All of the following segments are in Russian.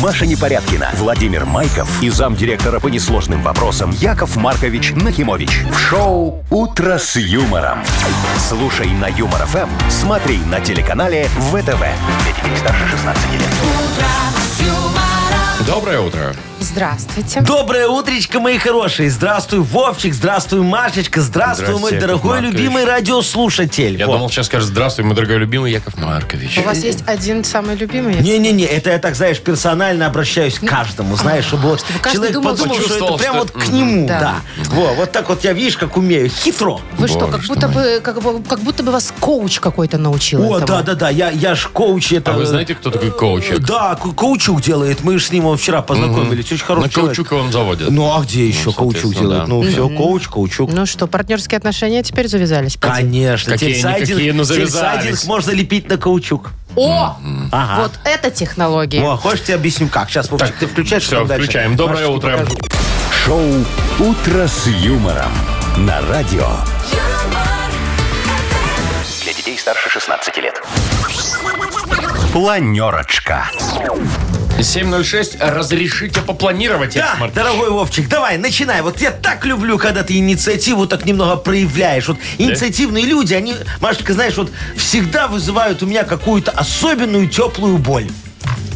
Маша Непорядкина, Владимир Майков и замдиректора по несложным вопросам Яков Маркович Нахимович. В шоу «Утро с юмором». Слушай на Юмор ФМ, смотри на телеканале ВТВ. Для детей старше 16 лет. Доброе утро. Здравствуйте. Доброе утречко, мои хорошие. Здравствуй, Вовчик, здравствуй, Машечка, здравствуй, Здрасте, мой Яков дорогой, Маркович. любимый радиослушатель. Я Во. думал, сейчас скажет здравствуй, мой дорогой любимый Яков Маркович. У вас есть один самый любимый? Не-не-не, это я так, знаешь, персонально обращаюсь к каждому, знаешь, чтобы вот каждый человек думал, подумал, что это Почувствовал, прям что- вот к нему, Да. да. Во, вот так вот я, видишь, как умею, хитро. Вы что, Боже как ж будто, мой. бы, как, бы- как будто бы вас коуч какой-то научил О, этому. да-да-да, я, я ж коуч это... э, А вы знаете, кто такой коучек? Да, ко- Каучук делает. Мы же с ним вон вчера познакомились. Очень На хороший человек. каучуковом заводе. Ну, а где еще Каучук соответственно, делает? да. Ну, все, Коуч, Каучук. Ну что, партнерские отношения теперь завязались? поди? Конечно. Какие-никакие, тельсайдинг- но завязались. тельсайдинг можно лепить на Каучук. О! Ага. Вот это технологии. О, хочешь, тебе объясню, как? Сейчас, Вовчик, ты включаешь, Все, потом дальше. включаем. Доброе Машечке утро. покажу. Шоу «Утро с юмором» на радио. Для детей старше 16 лет. Планерочка. 7.06. Разрешите попланировать, Да, Яков Маркович? дорогой Вовчик, давай, начинай. Вот я так люблю, когда ты инициативу так немного проявляешь. Вот инициативные люди, они, Машечка, знаешь, вот всегда вызывают у меня какую-то особенную теплую боль.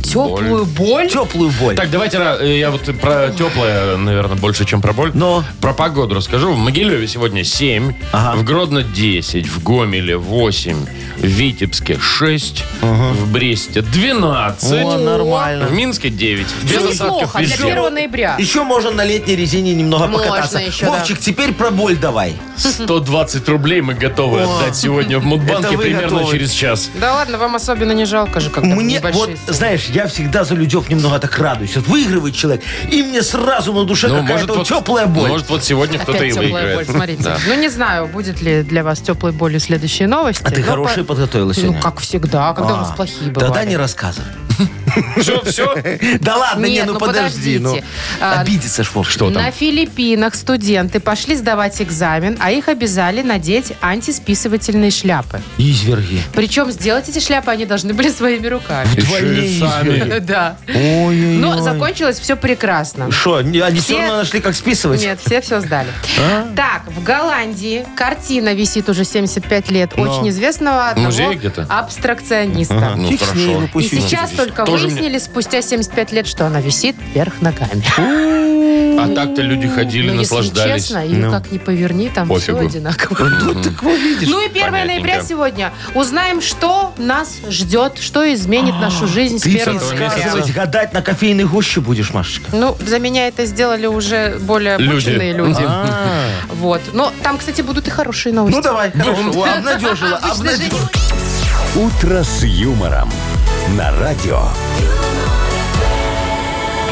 Теплую боль? Теплую боль. Так, давайте ра- э, я вот про теплое, наверное, больше, чем про боль. Но. Про погоду расскажу. В Могилеве сегодня 7, Ага. в Гродно 10, в Гомеле 8, в Витебске 6, в Бресте 12, О, нормально. в Минске 9. Без Ну, осадков неплохо, для везде. 1 ноября. Еще можно на летней резине немного Можно покататься. еще, Вовчик, теперь про боль давай. 120 рублей мы готовы отдать сегодня в Это Мудбанке вы примерно готовы. через час. Да ладно, вам особенно не жалко же, когда Мне, вот, небольшие суммы. знаешь, я всегда за людев немного так радуюсь. Вот выигрывает человек, и мне сразу на душе какая-то вот теплая боль. Ну, Может, вот сегодня кто-то Опять и теплая выиграет. боль, смотрите. Да. Ну, не знаю, будет ли для вас теплой болью следующие новости. а ты но хорошие Ну, по- подготовила сегодня? Ну, как всегда, когда у нас А, плохие бывают. Тогда не рассказывай. Все, все. Да ладно, не, Нет, ну ну подожди. ну. подождите. А, Обидится ж Вовчик. Что там? На Филиппинах студенты пошли сдавать экзамен, а их обязали надеть антисписывательные шляпы. Изверги. Причем сделать эти шляпы они должны были своими руками. Еще и сами. Да. Ой-ой-ой. Но закончилось все прекрасно. Что, не- они все Все- равно нашли, как списывать? Нет, все все сдали. А? Так, в Голландии картина висит уже 75 лет очень известного одного Музее где-то? абстракциониста. Ну, Фиг с ней, хорошо. ну И пусть висит. сейчас только Тоже мне- выяснили спустя 75 лет, что она висит вверх ногами. А так-то люди ходили, Ну, если наслаждались. честно, ее как ни поверни, там Пофигу. все одинаково. Вот так вот видишь. Ну и 1 ноября понятненько. сегодня. Узнаем, что нас ждет, что изменит нашу жизнь с Ты 1 ноября. предсказывать, гадать на кофейной гуще будешь, Машечка. Ну, за меня это сделали уже более Люди. обученные люди. А. Вот. Но там, кстати, будут и хорошие Ну новости. давай, хорошо. О, Обнадежила, Обычно же обнадежила. «Утро с юмором» на радио.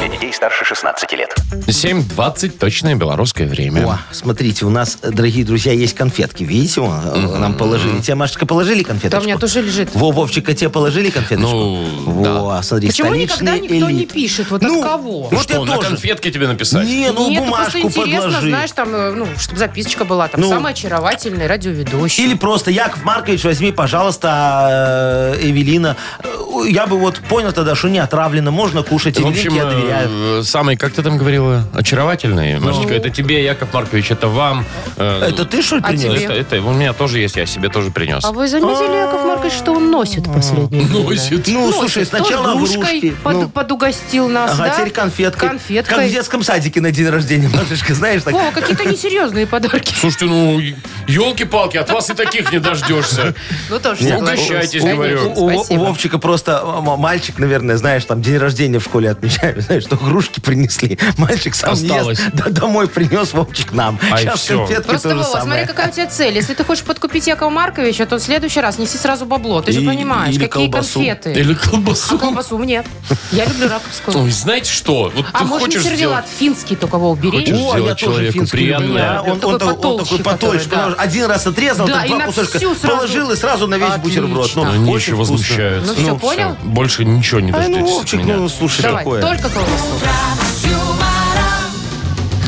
Для детей старше 16 лет. 7.20 точное белорусское время. О, смотрите, у нас, э, дорогие друзья, есть конфетки. Видите, вон, э, нам положили. Тебе, Машечка, положили конфеточку? Да, у меня тоже лежит. Во, Вовчика, тебе положили конфеточку? Ну, да. Во, смотри, Почему никогда столичный никто не элит. пишет? Вот Ну, от кого? ну, Что, я на тоже. конфетке тебе написать? Не, ну Нет, просто бумажку интересно, подложи. знаешь, там, э, ну, чтобы записочка была, там, Ну. самый очаровательный радиоведущий. Или просто, Яков Маркович, возьми, пожалуйста, э, Эвелина. Э, Я бы вот понял тогда, что не отравлено, можно кушать. В Эвелинке общем, я доверяю. э, самый, как ты там говорила, очаровательный. Машечка, это тебе, Яков Маркович, это вам. Э, Это ты, что ли, а принес? тебе? это, это у меня тоже есть, я себе тоже принес. А вы заметили, Яков Маркович, что он носит в последнее время? Носит. Ну, Носит. слушай, То сначала игрушкой игрушки. под- ну. подугостил нас, Ага, да? теперь конфеткой. Конфеткой. Как в детском садике на день рождения, Машечка, знаешь, так. Вова, какие-то несерьезные подарки. Слушайте, ну, елки-палки, от вас и таких не дождешься. Ну, тоже Не, согласен. угощайтесь, Конечно, говорю. У, у- у спасибо. Вовчика просто м- м- мальчик, наверное, знаешь, там день рождения в школе отмечаем, знаешь, что игрушки принесли. Мальчик сам не ест, Осталось. да, домой принес Вовчик нам. Ай, Сейчас всё. конфетки Просто, то же Вова, самое. смотри, какая у тебя цель. Если ты хочешь подкупить Якова Марковича, то в следующий раз неси сразу бабло. Ты же И- понимаешь, или какие колбасу. конфеты. Или А колбасу. колбасу мне. Я люблю раковскую. Ой, знаете что? Вот А ты может, хочешь сделать... сервелат финский только его убери? Хочешь О, я сделать тоже человеку финский люблю, приятное. да. Он, Такой он такой, он потолще, такой который, потольше. да. потому что Один раз отрезал, Да, там и два на кусочка. всю сразу. Положил и сразу на весь Отлично. бутерброд. Ну, Они очень еще вкусно. возмущаются. А, Ну всё, понял? всё, Больше ничего не Ай, дождетесь ну, от Вовчик, меня. ну, слушай, Давай, такое. только колбасу.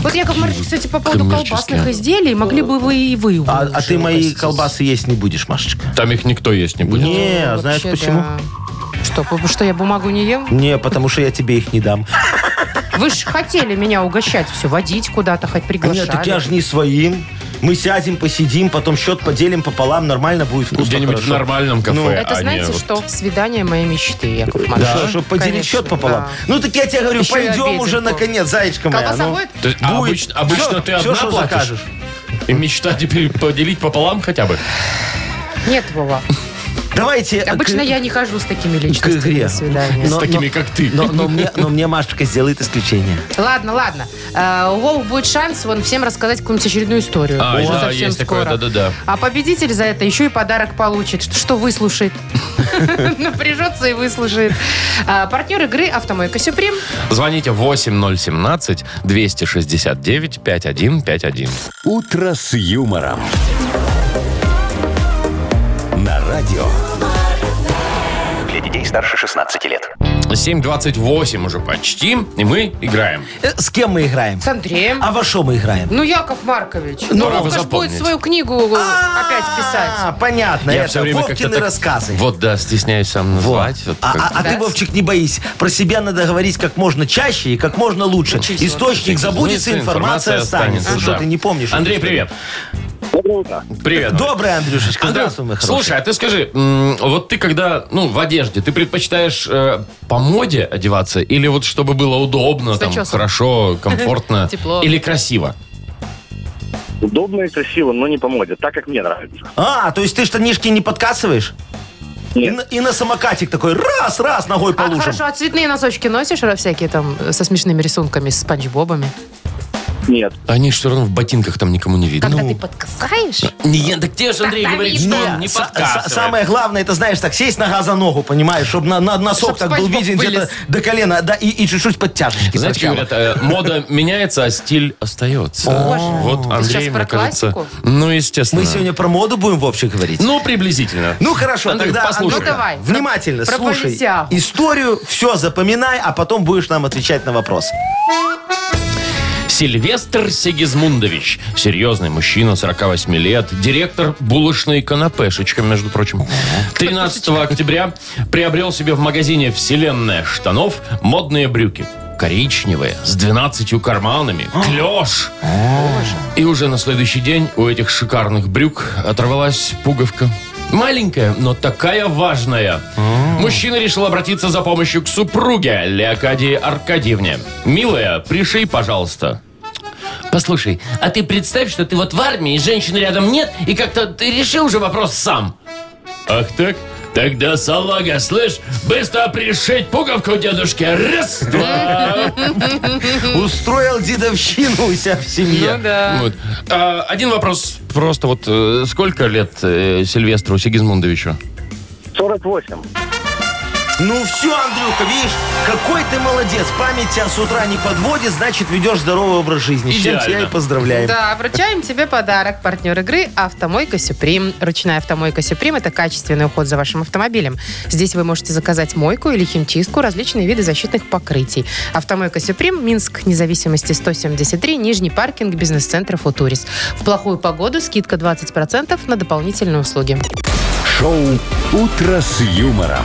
Вот, Яков Маркович, кстати, по поводу коммерческие. колбасных изделий, могли бы вы и вы. А, а ты мои угостить. колбасы есть не будешь, Машечка? Там их никто есть не будет. Не, Ну, знаешь вообще, почему? да. Что, по- что я бумагу не ем? Не, потому что я тебе их не дам. Вы же хотели меня угощать, все, водить куда-то, хоть А Нет, так я приглашали. же не своим. Мы сядем, посидим, потом счет поделим пополам, нормально будет вкусно. Где-нибудь в ну, хорошо. нормальном кафе. Ну, а Это не знаете вот- что? Свидание моей мечты, Яков Маркович. Да, чтобы поделить Конечно, счет пополам. да. Ну так я тебе говорю, Еще и пойдем обеденку. уже наконец, зайчка моя. Колбаса ну. будет? То есть, а Будет. обычно, обычно Всё, ты всё, одна что платишь? закажешь. И мечта теперь поделить пополам хотя бы? Нет, Вова. Давайте. Обычно к- я не хожу с такими личностями игре. на свидание. С такими, как ты. Но, но мне, но мне Машечка сделает исключение. Ладно, ладно. Э, У Вовы будет шанс вон всем рассказать какую-нибудь очередную историю. А, Уже да, совсем есть такое, скоро. да-да-да. А победитель за это еще и подарок получит, что- что выслушает. Напряжется и выслушает. А, Партнер игры «Автомойка Сюприм». Звоните 8017-269-5151. «Утро с юмором». На радио. Для детей старше 16 лет. 7.28 уже почти, и мы играем. Э, С кем мы играем? С Андреем. А во что мы играем? Ну, Яков Маркович. Ну, Ну, пора бы Вовка ж запомнить. будет свою книгу опять А, писать. понятно. Я это всё время как-то Вовкины так- рассказы. Вот, да, стесняюсь сам назвать. Вот А, как- а- а ты, Да. Вовчик, не боись. Про себя надо говорить как можно чаще и как можно лучше. Источник забудется, информация останется. Что да. ты не помнишь? Андрей, привет. Привет. Доброе, Андрюшечка. Здравствуй, мой хороший. Слушай, а ты скажи, м, вот ты когда, ну, в одежде, ты предпочитаешь э, по моде одеваться или вот чтобы было удобно, там, начесом. хорошо, комфортно Тепло. или красиво? Удобно и красиво, но не по моде, так как мне нравится. А, то есть ты штанишки не подкасываешь? И на, и на самокатик такой раз-раз ногой по А лужам. хорошо, а цветные носочки носишь а, всякие там э, со смешными рисунками, с спанчбобами? Нет. Они все равно в ботинках там никому не видно. А Ну, Когда ты подкасаешь? Не, так те же Андрей Как-то говорит, что видно. он не са- са- подкасывает. самое главное, это знаешь, так сесть нога за ногу, понимаешь, чтобы на, на- носок Чтоб так был спанч Боб виден вылез. где-то до колена, да, и, и чуть-чуть подтяжечки. Знаете, как говорят, э, мода меняется, а стиль остается. Вот Андрей, сейчас мне про кажется. классику? Ну, естественно. Мы сегодня про моду будем, Вовчик, говорить? Ну, приблизительно. Ну хорошо, Андрей, тогда послушай. Андрюха, Ну, давай. внимательно Про- про слушай Полисяху. историю, все запоминай, а потом будешь нам отвечать на вопрос. Сильвестр Сигизмундович. Серьезный мужчина, 48 лет. Директор булочной канапешечка, между прочим. 13 октября приобрел себе в магазине «Вселенная штанов» модные брюки. Коричневые, с 12 карманами. А. Клеш! И уже на следующий день у этих шикарных брюк оторвалась пуговка. Маленькая, но такая важная. Мужчина решил обратиться за помощью к супруге Леокадии Аркадьевне. «Милая, пришей, пожалуйста». Послушай, а ты представь, что ты вот в армии, женщины рядом нет, и как-то ты решил уже вопрос сам. Ах так? Тогда, салага, слышь, быстро пришить пуговку дедушке. Раз, два, Устроил дедовщину у себя в семье. да. Вот. А, один вопрос просто вот э, сколько лет э, Сильвестру Сигизмундовичу? 48. Ну все, Андрюха, видишь, какой ты молодец. Память тебя с утра не подводит, значит, ведешь здоровый образ жизни. С чем Идеально. тебя и поздравляем. Да, вручаем тебе подарок. Партнер игры «Автомойка Сюприм». Ручная «Автомойка Сюприм» — это качественный уход за вашим автомобилем. Здесь вы можете заказать мойку или химчистку, различные виды защитных покрытий. «Автомойка Сюприм», Минск, независимости 173, Нижний паркинг, бизнес-центр «Футурис». В плохую погоду скидка 20% на дополнительные услуги. Шоу «Утро с юмором»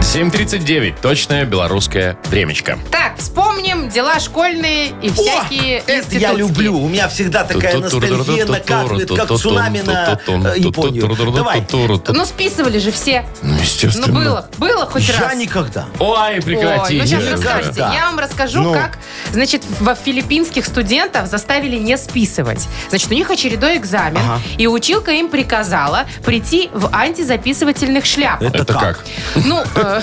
7.39. Точное белорусское времечко. Так, вспомним дела школьные и всякие Это я институтские. люблю. У меня всегда такая ностальгия накатывает, как цунами на э, Японию. Давай. Ну, списывали же все. Э, Ну, Ну, естественно. было, было хоть раз. Я никогда. Ой, прекратите. Ой, ну сейчас уже. расскажете. Да. Я вам расскажу, Ну. как, значит, во филиппинских студентов заставили не списывать. Значит, у них очередной экзамен, Ага. и училка им приказала прийти в антизаписывательных шляпах. Это, Это как? как? Ну, э,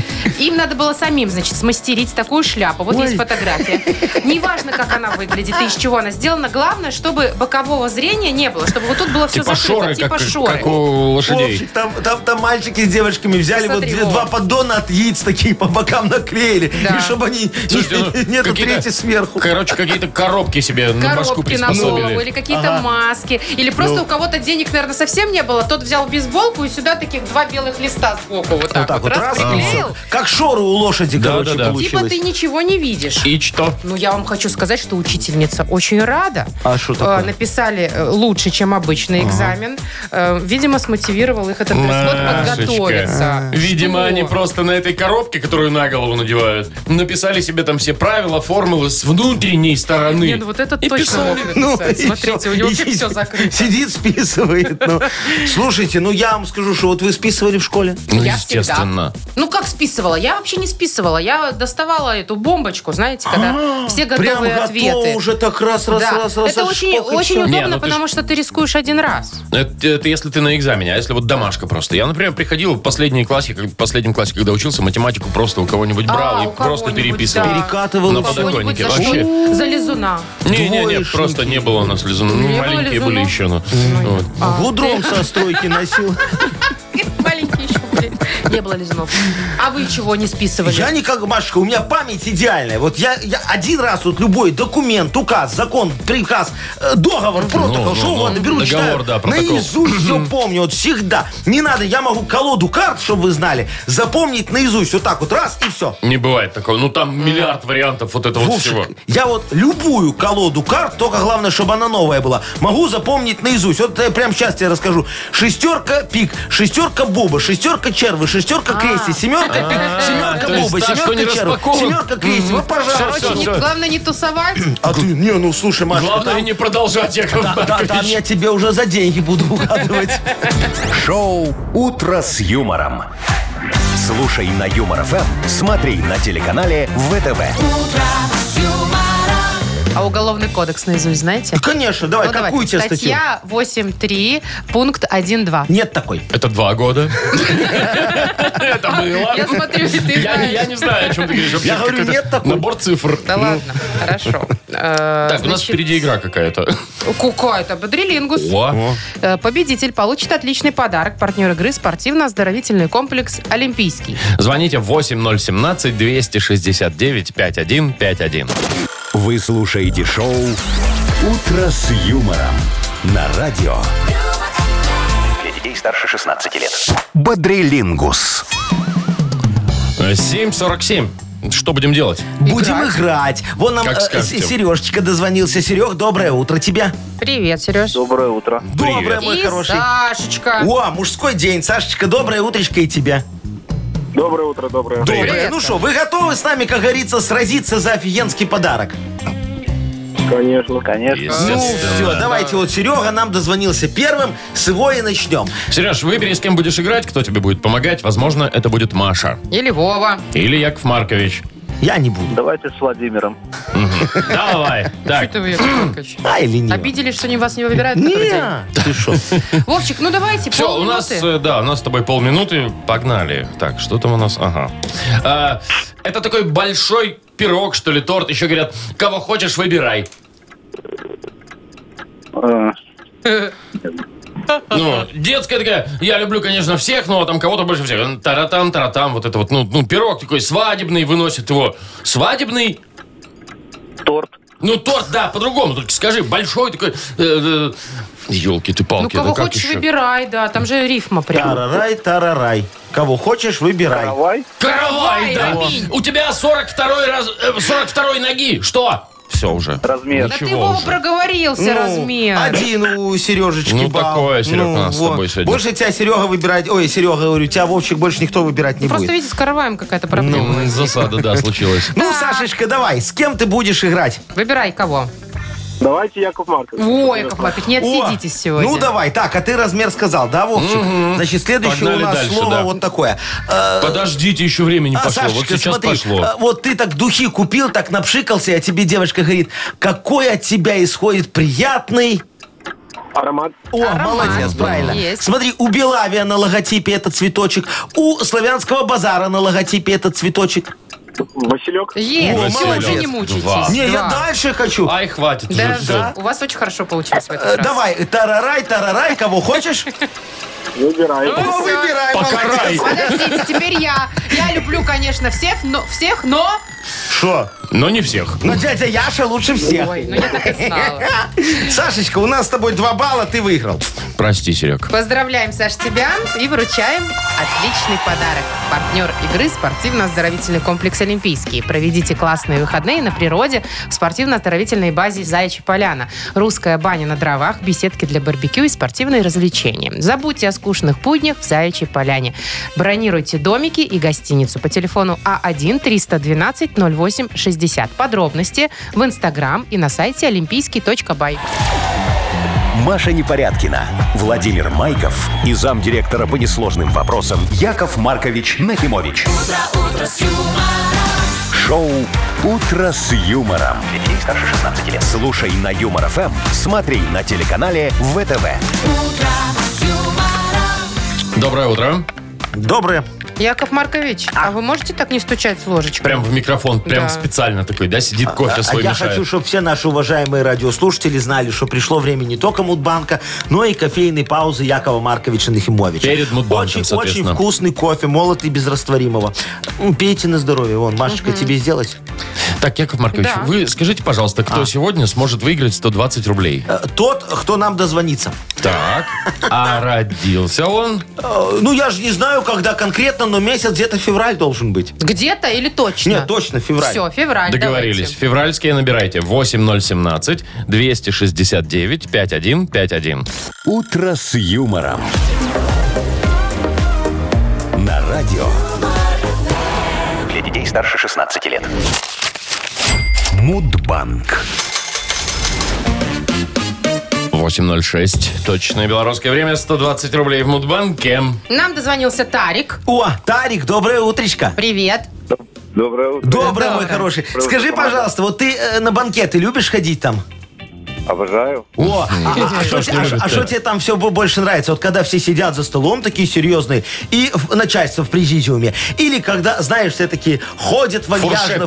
им надо было самим, значит, смастерить такую шляпу. Вот есть фотография. Неважно, как она выглядит и из чего она сделана. Главное, чтобы бокового зрения не было, чтобы вот тут было все Типа закрыто. шоры, типа как, шоры. как у лошадей. Вовчик, там, там, там мальчики с девочками взяли Посмотри, вот две- Вова. два поддона от яиц такие по бокам наклеили. Да. И чтобы они Слушайте, ну, не- нету какие-то- третьей сверху. Короче, какие-то коробки себе на башку коробки на голову, Ну. приспособили. или какие-то маски, или просто у кого-то денег, наверное, совсем не было, тот взял бейсболку и сюда таких два белых листа сбоку, вот так, так вот, вот, раз, краска, и приклеил? всё. как шоры у лошади, Да, короче, да, да. Типа получилось. ты ничего не видишь. И что? Ну, я вам хочу сказать, что учительница очень рада. А что Э, такое? Написали э, лучше, чем обычный экзамен. Э, Видимо, смотивировал их этот Машечка. дресс-код А. подготовиться. Видимо, Что? они просто на этой коробке, которую на голову надевают, написали себе там все правила, формулы с внутренней стороны. Не, ну вот это И точно писали. мог Ну, написать. и Смотрите, всё. у него И все сидит- закрыто. Сидит, списывает. ну. Слушайте, ну я вам скажу, что вот вы списывали в школе. Ну, Я естественно. всегда. Ну, как списывала? Я вообще не списывала. Я доставала эту бомбочку, знаете, когда все А, Прям готовые готово ответы. уже так раз, раз, Да. раз, раз. это раз, очень, шпок, и очень всё. удобно, Не, ну ты потому что ты рискуешь один раз. Это, это если ты на экзамене, а если вот домашка просто. Я, например, приходил в последние классе, как- в последнем классе, когда учился, математику просто у кого-нибудь брал А, и у просто кого-нибудь, переписывал. да. Перекатывал На всё. Кого-нибудь подоконнике за, вообще. шнур- за лизуна. Не-не-не, Двоечники. просто не было у нас лизунов. Ну, Не было Маленькие были лизунов. еще. ну. Вот. Гудром со стройки носил. Маленькие еще были. Не было лизунов. А вы чего не списывали? Я никак, Машечка, у меня память идеальная. Вот я, я один раз вот любой документ, указ, закон, приказ, э, договор, протокол, ну, что ну. угодно беру, Договор, читаю. да, протокол. наизусть все помню, вот всегда. Не надо, я могу колоду карт, чтобы вы знали, запомнить наизусть. Вот так вот раз и все. Не бывает такого. Ну, там миллиард вариантов вот этого Вовчик, всего. я вот любую колоду карт, только главное, чтобы она новая была, могу запомнить наизусть. Вот э, прямо сейчас тебе расскажу. Шестерка пик, шестерка боба, шестерка червы, шестерка А. крести, семерка пик, семерка А. то есть боба, та, что не семерка червы, распакован. семерка крести. Вот, пожалуйста. Короче, не- всё. главное не тусовать. А ты, не, ну слушай, Маша, Главное не продолжать, Яков там, та- там Маркович. я тебе уже за деньги буду угадывать. Шоу «Утро с юмором». Слушай на Юмор ФМ, смотри на телеканале ВТВ. А уголовный кодекс наизусть знаете? Конечно, давай, Ну, какую давайте. тебе статью? Статья 8.3, пункт 1.2. Нет такой. Это два года. Это было. Я смотрю, и ты Я не- я знаешь. не знаю, о чем ты говоришь. Вообще Я говорю, какой-то нет А, такой. Набор цифр. Да Ну, ладно, хорошо. Э, Так, у нас впереди игра какая-то. Какая-то а бодрилингус. О. Э, Победитель получит отличный подарок. Партнер игры спортивно-оздоровительный комплекс «Олимпийский». Звоните 8017-269-5151. Вы слушаете шоу «Утро с юмором» на радио Для детей старше 16 лет. «Бодрилингус». Э, 747. Что будем делать? Будем играть. Вон нам Как э, скажете. С- Сережечка дозвонился. Серег, доброе утро тебе. Привет, Сереж. Доброе утро. Доброе, мой И хороший. Сашечка. О, мужской день. Сашечка, доброе утречко и тебе. Доброе утро, доброе. Доброе. Ну что, вы готовы с нами, как говорится, сразиться за офигенский подарок? Конечно. Конечно. Ну все, давайте вот Серега нам дозвонился первым, с его и начнем. Сереж, выбери, с кем будешь играть, кто тебе будет помогать. Возможно, это будет Маша Или Вова. или Яков Маркович. Я не буду. Давайте с Владимиром. Давай. Так, Что ты, Яков Маркович? А или нет? Обидели, что не вас не выбирают в который день? Не, ты что? Вовчик, ну давайте, все, у нас, полминуты. э, да, у нас с тобой полминуты. Погнали. Так, что там у нас? Ага. А, это такой большой пирог, что ли, торт. Еще говорят, кого хочешь, выбирай. Э, Ну, детская такая, я люблю, конечно, всех, но там кого-то больше всех. Ну, Таратам, таратам, вот это вот, ну, ну, пирог такой свадебный, выносит его. Свадебный, Торт. ну, торт, да, по-другому, только скажи, большой такой... елки ты Ну, палки, кого хочешь, выбирай, да. Там же рифма прям. Тарарай, тарарай. Кого хочешь, выбирай. Каравай. Каравай, Ай, да. аминь. У тебя 42 раз, э, 42 ноги, что? Все уже. Размер. Да ты, Ничего Вова, уже. проговорился Ну, размер. Один у Сережечки Ну, балл. такое, Серег, у нас с тобой сегодня. Больше тебя Серега выбирать... Ой, Серега, говорю, тебя Вовчик больше никто выбирать не Ну, Просто, будет. видите, с караваем какая-то проблема. Ну, засада, да, случилась. Ну, Сашечка, давай, с кем ты будешь играть? Выбирай кого. Давайте Яков Маркович. Ой, Яков Маркович, не О, отсидитесь сегодня. Ну, давай. Так, а ты размер сказал, да, Вовчик? Значит, следующее Погнали у нас дальше, слово да. вот такое. Э, Подождите, еще время не а, пошло. Вот Сашечка, сейчас смотри, пошло. э, вот ты так духи купил, так напшикался, а тебе девочка говорит, какой от тебя исходит приятный... Аромат. О, Аромат. молодец, правильно. Есть. Смотри, у Белавия на логотипе это цветочек, у Славянского базара на логотипе это цветочек. Василек. О, Есть, все, молодец. Ну, уже не Два. мучайтесь. Не, я Два. дальше хочу. Ай, хватит уже Да, все. у вас очень хорошо получилось в Э, этот раз. Давай, тарарай, тарарай, кого хочешь. Выбирай. Ну, выбирай. Покарай. Подождите, теперь я. Я люблю, конечно, всех, но... Всех, но... Что? Но не всех. Ну, дядя Яша лучше всех. Ой, ну я так и знала. Сашечка, у нас с тобой два балла, ты выиграл. Прости, Серег. Поздравляем, Саш, тебя и вручаем отличный подарок. Партнер игры спортивно-оздоровительный комплекс «Олимпийский». Проведите классные выходные на природе в спортивно-оздоровительной базе «Заячья поляна». Русская баня на дровах, беседки для барбекю и спортивные развлечения. Забудьте о скучных буднях в «Заячьей поляне». Бронируйте домики и гостиницу по телефону А А1-312-08-60. Подробности в Инстаграм и на сайте олимпийский.бай. Маша Непорядкина, Владимир Майков и замдиректора по несложным вопросам Яков Маркович Нахимович. Шоу Утро с юмором. Для детей старше 16 лет. Слушай на юмор ФМ, смотри на телеканале ВТВ. Доброе утро. Доброе. Яков Маркович, а, вы можете так не стучать с ложечкой? Прям в микрофон, прям Да. специально такой, да, сидит кофе А свой я мешает. хочу, чтобы все наши уважаемые радиослушатели знали, что пришло время не только Мудбанка, но и кофейной паузы Якова Марковича Нахимовича. Перед Мудбанком, очень, очень соответственно. вкусный кофе, молотый, без растворимого. М, Пейте на здоровье. Вон, Машечка, тебе сделать? Так, Яков Маркович, Да. вы скажите, пожалуйста, А. кто сегодня сможет выиграть 120 рублей? Э, Тот, кто нам дозвонится. Так, а родился он? Э, Ну, я же не знаю, когда конкретно, но месяц где-то февраль должен быть. Где-то или точно? Нет, точно, февраль. Все, февраль. Договорились. А, давайте. Февральские набирайте. 8017 269 5151. Утро с юмором. На радио Для детей старше 16 лет. Мудбанк. 806. Точное белорусское время. 120 рублей в Мудбанке. Нам дозвонился Тарик. О, Тарик, доброе утречко. Привет. Доброе утро. Доброе, мой Доброе. хороший. Скажи, пожалуйста, вот ты э, на банкеты любишь ходить там? Обожаю. О, а что не любит, да. тебе там все больше нравится? Вот когда все сидят за столом, такие серьезные, и в- начальство в президиуме. Или когда, знаешь, все такие ходят вальяжно,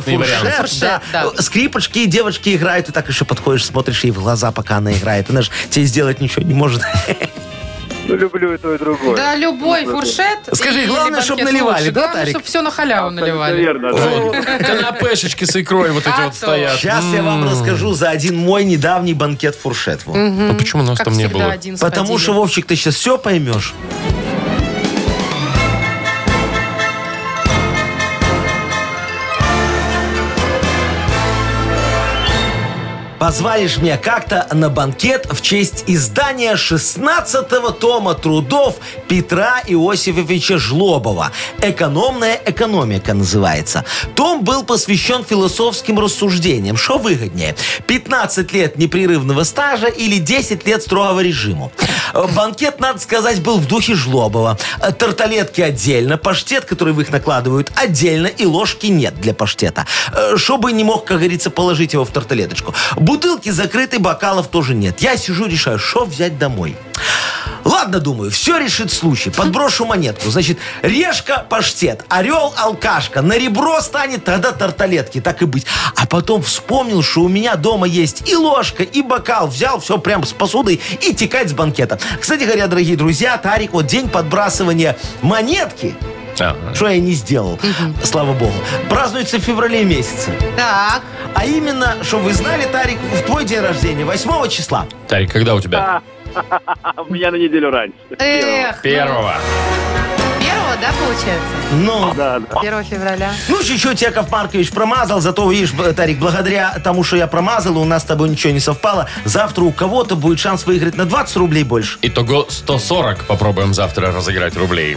Фуршетный фуршет, вариант. да, э, Фуршет, да. скрипочки и девочки играют, и так еще подходишь, смотришь ей в глаза, пока она играет. Она же тебе сделать ничего не может. Ну, люблю и то, и другое. Да, любой фуршет. Скажи, или главное, банкет чтоб наливали, лучше. да, Главное, Тарик? чтобы все на халяву Абсолютно наливали. верно, да. Вот, Канапешечки с икрой вот эти А вот то. стоят. Сейчас я вам расскажу за один мой недавний банкет-фуршет. во. Ну почему нас Как там не всегда, было? один Потому сходили. что, Вовчик, ты сейчас все поймешь. Позвали ж меня как-то на банкет в честь издания 16-го тома трудов Петра Иосифовича Жлобова. «Экономная экономика» называется. Том был посвящен философским рассуждениям. Что выгоднее? 15 лет непрерывного стажа или 10 лет строгого режима? Э, Банкет, надо сказать, был в духе Жлобова. Э, Тарталетки отдельно, паштет, который в их накладывают, отдельно, и ложки нет для паштета. Э, Чтобы не мог, как говорится, положить его в тарталеточку. Бутылки закрыты, бокалов тоже нет. Я сижу, решаю, что взять домой. Ладно, думаю, все решит случай. Подброшу монетку. Значит, решка паштет, орел алкашка. На ребро станет тогда тарталетки, так и быть. А потом вспомнил, что у меня дома есть и ложка, и бокал. Взял все прям с посудой и текать с банкета. Кстати говоря, дорогие друзья, Тарик, вот день подбрасывания монетки, А, что я не сделал, слава богу, празднуется в феврале месяце. Так, А именно, что вы знали, Тарик, в твой день рождения, 8 числа. Тарик, когда у тебя? А у меня на неделю раньше. эх. Первого. ну, Первого, да, получается? Ну, Да, да. Первого февраля. Ну, чуть-чуть Яков Маркович промазал, зато, видишь, б- Тарик, благодаря тому, что я промазал, и у нас с тобой ничего не совпало, завтра у кого-то будет шанс выиграть на 20 рублей больше. Итого 140 попробуем завтра разыграть рублей.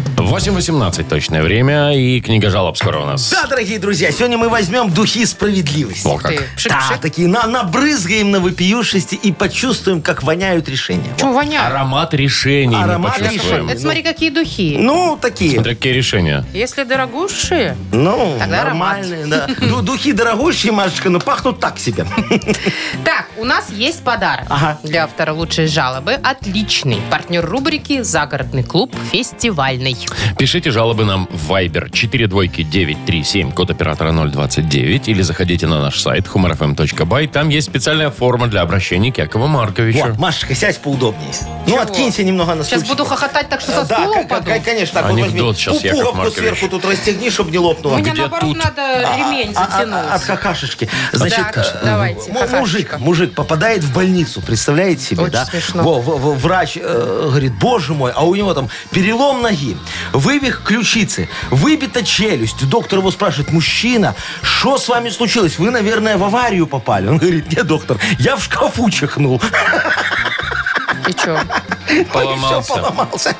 8.18 точное время, и книга жалоб скоро у нас. Да, дорогие друзья, сегодня мы возьмем духи справедливости. Во как. Ты. Пшик, Да, пшик. такие на, набрызгаем на вопиюшести и почувствуем, как воняют решения. Чего воняет? Аромат решений мы Аромат почувствуем. решений. Это смотри, какие духи. Ну, такие. Смотря какие решения. Если дорогущие, Ну, Тогда аромат. нормальные, да. Ду- Духи дорогущие, Машечка, но пахнут так себе. Так, у нас есть подарок Ага. для автора лучшей жалобы. Отличный партнер рубрики «Загородный клуб фестивальный». Пишите жалобы нам в Viber 42937, код оператора 029, или заходите на наш сайт humorfm.by. Там есть специальная форма для обращения к Якову Марковичу. Вот, Машечка, сядь поудобнее. Ну, откинься немного на Сейчас стульчик. буду хохотать так, что со Да, стула к- к- упаду. конечно, так Анекдот вот возьми. сейчас, Яков пуговку Маркович. сверху тут расстегни, чтобы не У лопнуло. меня, где наоборот, тут? надо ремень А- а- а- От затянуть. хахашечки. Значит, Так, э, давайте, м- хахашечка. мужик, мужик попадает в больницу, представляете себе, Очень да? смешно. Во, во- во, врач э, говорит, боже мой, а у него там перелом ноги, вывих ключицы, выбита челюсть. Доктор его спрашивает, мужчина, что с вами случилось? Вы, наверное, в аварию попали. Он говорит, нет, доктор, я в шкафу чихнул. И что? Все, Поломался. поломался.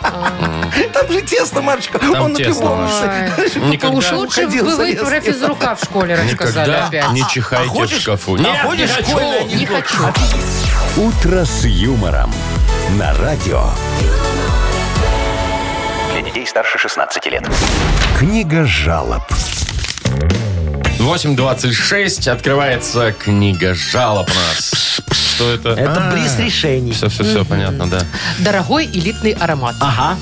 Там же тесно, Машечка. Он тесно, наплевался. Никогда. По уши Лучше уходил, бы вы залез. про физрука в школе рассказали Никогда опять. не чихайте в шкафу. Нет, а ходишь не хочу. школьный Не анекдот? А хочу. «Утро с юмором» на радио. Для детей старше 16 лет. Книга жалоб. 8.26, открывается книга жалоб у нас. Что это? Это бриз решений. Все, все, все, понятно, да. А, Дорогой элитный аромат. Ага.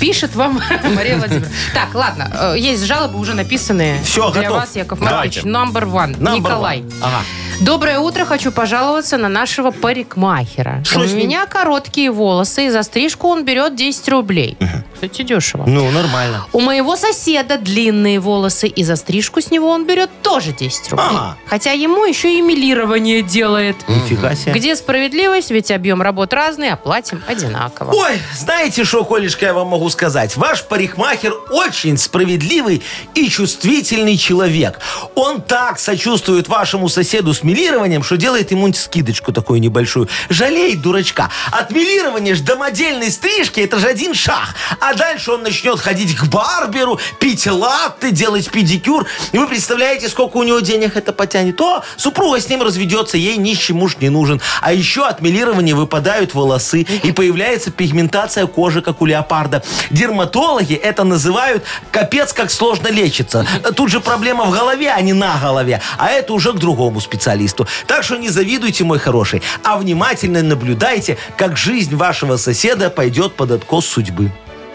Пишет вам Мария Владимировна. Так, ладно, э, есть жалобы уже написанные. Всё, Для готов. вас, Яков Давайте. Маркович, номер one. Number Николай. one. Ага. Доброе утро, хочу пожаловаться на нашего парикмахера. Что У с ним? меня короткие волосы, и за стрижку он берет 10 рублей. Кстати, дешево. Ну, нормально. У моего соседа длинные волосы, и за стрижку с него он берет тоже 10 рублей. Ага. Хотя ему еще и милирование делает. Нифига себе. Где справедливость? Ведь объем работ разный, а платим одинаково. Ой, знаете что, Колешка, я вам могу сказать? Ваш парикмахер очень справедливый и чувствительный человек. Он так сочувствует вашему соседу с милированием, что делает ему скидочку такую небольшую. Жалеет дурачка. От милирования ж домодельной стрижки это же один шаг. А дальше он начнет ходить к барберу, пить латте, делать педикюр. И вы представляете, сколько у него денег это потянет? О, супруга с ним разведется, ей нищий муж не нужен. А еще от милирования выпадают волосы, и появляется пигментация кожи, как у леопарда. Дерматологи это называют капец, как сложно лечится. Тут же проблема в голове, а не на голове. А это уже к другому специалисту. Так что не завидуйте, мой хороший, а внимательно наблюдайте, как жизнь вашего соседа пойдет под откос судьбы.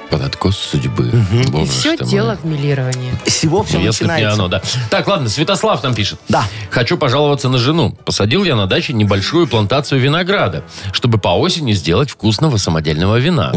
Под откос судьбы. И Боже все ж ты мой. дело в милировании. С всего все Ну, Если б не начинается. оно, да. Так, ладно, Святослав нам пишет. Да. Хочу пожаловаться на жену. Посадил я на даче небольшую плантацию винограда, чтобы по осени сделать вкусного самодельного вина.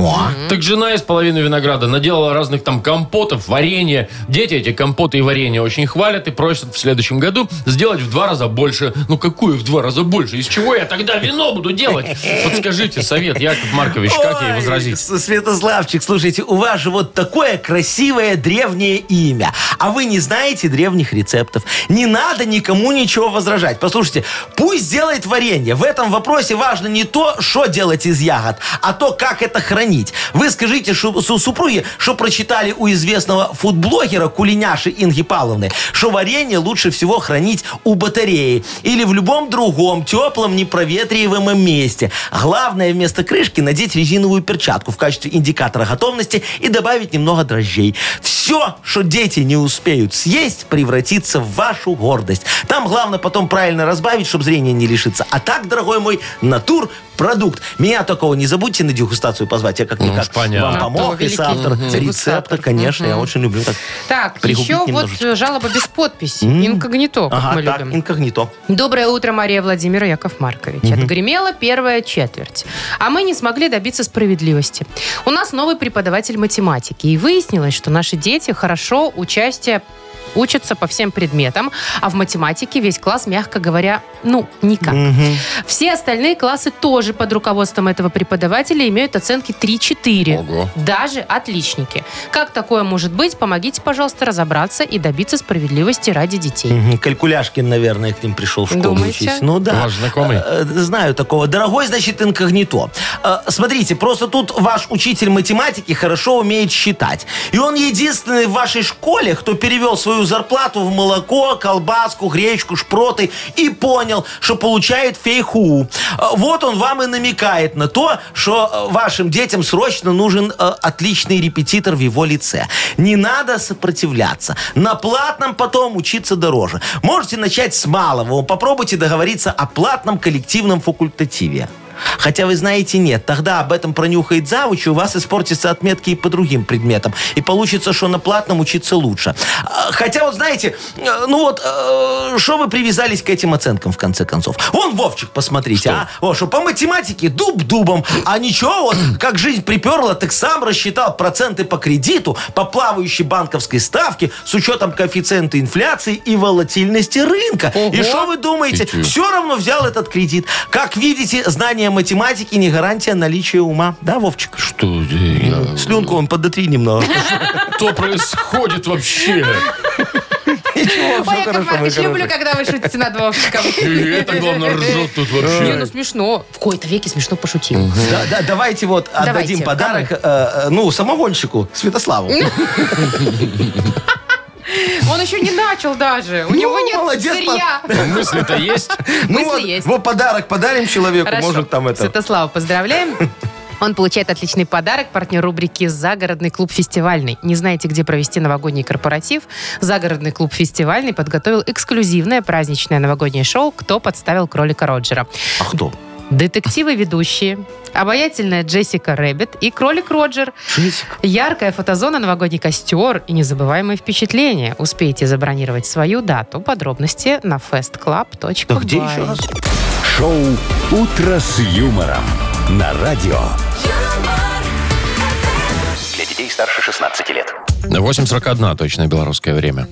Так жена из половины винограда наделала разных там компотов, варенья. Дети эти компоты и варенья очень хвалят и просят в следующем году сделать в два раза больше. Ну, какую в два раза больше? Из чего я тогда вино буду делать? Подскажите совет, Яков Маркович, как ей Ой, возразить? С- Святославчик, слушайте, у вас же вот такое красивое древнее имя, а вы не знаете древних рецептов. Не надо никому ничего возражать. Послушайте, пусть делает варенье. В этом вопросе важно не то, что делать из ягод, а то, как это хранить. Вы скажите шу- су- супруге, что прочитали у известного фудблогера кулиняши Инги Павловны, что варенье лучше всего хранить у батареи или в любом другом теплом, непроветриваемом месте. Главное вместо крышки надеть резиновую перчатку в качестве индикатора готовности и добавить немного дрожжей. Все, что дети не успеют съесть, превратится в вашу гордость. Там главное потом правильно разбавить, чтобы зрение не лишиться. А так, дорогой мой, натур продукт. Меня такого не забудьте на дегустацию позвать. Я Ну как-никак уж понятно. вам А помог. то И великий соавтор дегустатор. рецепта, конечно, я очень люблю так. Так, пригубить еще вот немножечко. э, жалоба без подписи. Инкогнито, как Ага, мы так, любим. инкогнито. Доброе утро, Мария Владимира Яков Маркович. Отгремела первая четверть, а мы не смогли добиться справедливости. У нас новый преподаватель математики, и выяснилось, что наши дети хорошо участие учатся по всем предметам, а в математике весь класс, мягко говоря, ну, никак. Все остальные классы тоже под руководством этого преподавателя имеют оценки 3-4. Ого. Даже отличники. Как такое может быть? Помогите, пожалуйста, разобраться и добиться справедливости ради детей. Мгм, Калькуляшкин, наверное, к ним пришел в школу Думаете? учись. Ну да. Ваш знакомый? Э, э, Знаю такого. Дорогой, значит, инкогнито. Э, Смотрите, просто тут ваш учитель математики хорошо умеет считать. И он единственный в вашей школе, кто перевел свою зарплату в молоко, колбаску, гречку, шпроты и понял, что получает фейху. Э, Вот он вам и намекает на то, что э, вашим детям срочно нужен э, отличный репетитор в его лице. Не надо сопротивляться. На платном потом учиться дороже. Можете начать с малого. Попробуйте договориться о платном коллективном факультативе. Хотя вы знаете, нет. Тогда об этом пронюхает завуч, и у вас испортятся отметки и по другим предметам. И получится, что на платном учиться лучше. А, Хотя вот знаете, э, ну вот, э, что вы привязались к этим оценкам в конце концов? Вон Вовчик, посмотрите, а? О, что по математике дуб дубом, а ничего, вот как жизнь приперла, так сам рассчитал проценты по кредиту, по плавающей банковской ставке, с учетом коэффициента инфляции и волатильности рынка. И что вы Ты думаете? чё? Все равно взял этот кредит. Как видите, знание математики не гарантия наличия ума. Да, Вовчик? Что ты, я- Слюнку он подотри немного. Что происходит вообще? Ничего, Ой, все Яков хорошо, мой Маркович, люблю, хороший. когда вы шутите над Вовчиком. Это, главное, ржет тут Э, Не, ну вообще. смешно. В кои-то веке смешно пошутил. Да, да, давайте вот Давайте. отдадим подарок, э, э, ну, самогонщику Святославу. Он еще не начал даже. У Ну, него нет молодец, сырья. А Мысли-то есть? Ну Мысли вот, есть. вот подарок подарим человеку, может там это... Святослава, поздравляем. Он получает отличный подарок, партнер рубрики «Загородный клуб фестивальный». Не знаете, где провести новогодний корпоратив? «Загородный клуб фестивальный» подготовил эксклюзивное праздничное новогоднее шоу «Кто подставил кролика Роджера». А кто? Детективы-ведущие, обаятельная Джессика Рэббит и кролик Роджер. Яркая фотозона, новогодний костер и незабываемые впечатления. Успейте забронировать свою дату. Подробности на festclub.by. Да где еще раз? Шоу «Утро с юмором» на радио. юмор, Для детей старше 16 лет. 8.41 точное белорусское время.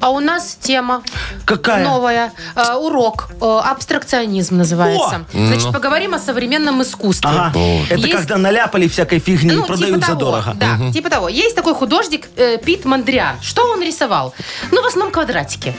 А у нас тема Какая? новая. Э, урок. Э, абстракционизм называется. Значит, Ну. поговорим о современном искусстве. Ага, Боже. это Есть- когда наляпали всякой фигни и Ну, продают типа за того, дорого. Да, типа того. Есть такой художник э, Пит Мандриан. Что он рисовал? Ну, в основном квадратики.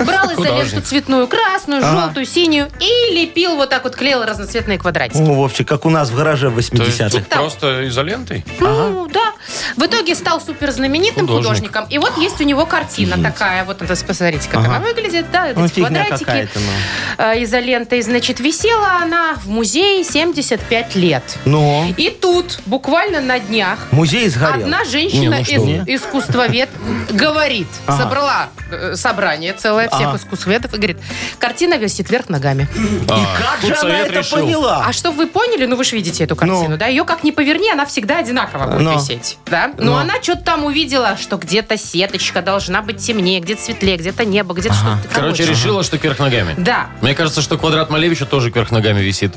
Брал изоленту Художник. цветную, красную, желтую, синюю и лепил вот так вот, клеил разноцветные квадратики. О, Вовчик, как у нас в гараже в То есть тут 80-х. там. просто изолентой? Ну, да. В итоге стал супер знаменитым Художник. художником. И вот есть у него картина такая. Вот, это, посмотрите, как она выглядит. Да, вот Ну, эти фигня квадратики. какая-то, ну. э, изолентой. Значит, висела она в музее 75 лет. Ну, И тут, буквально на днях, музей сгорел. Одна женщина, Не, ну что из- искусствовед, говорит, Ага. собрала э, собрание целое всех Ага. искусствоведов и говорит, картина висит вверх ногами. А, Как же она худсовет это решил. поняла? А чтобы вы поняли, ну вы же видите эту картину, Ну. да, ее как ни поверни, она всегда одинаково будет Ну. висеть, да. Но, Ну. она что-то там увидела, что где-то сеточка должна быть темнее, где-то светлее, где-то небо, где-то что-то. Короче, короче. решила, что кверх ногами. Да, Мне кажется, что квадрат Малевича тоже кверх ногами висит.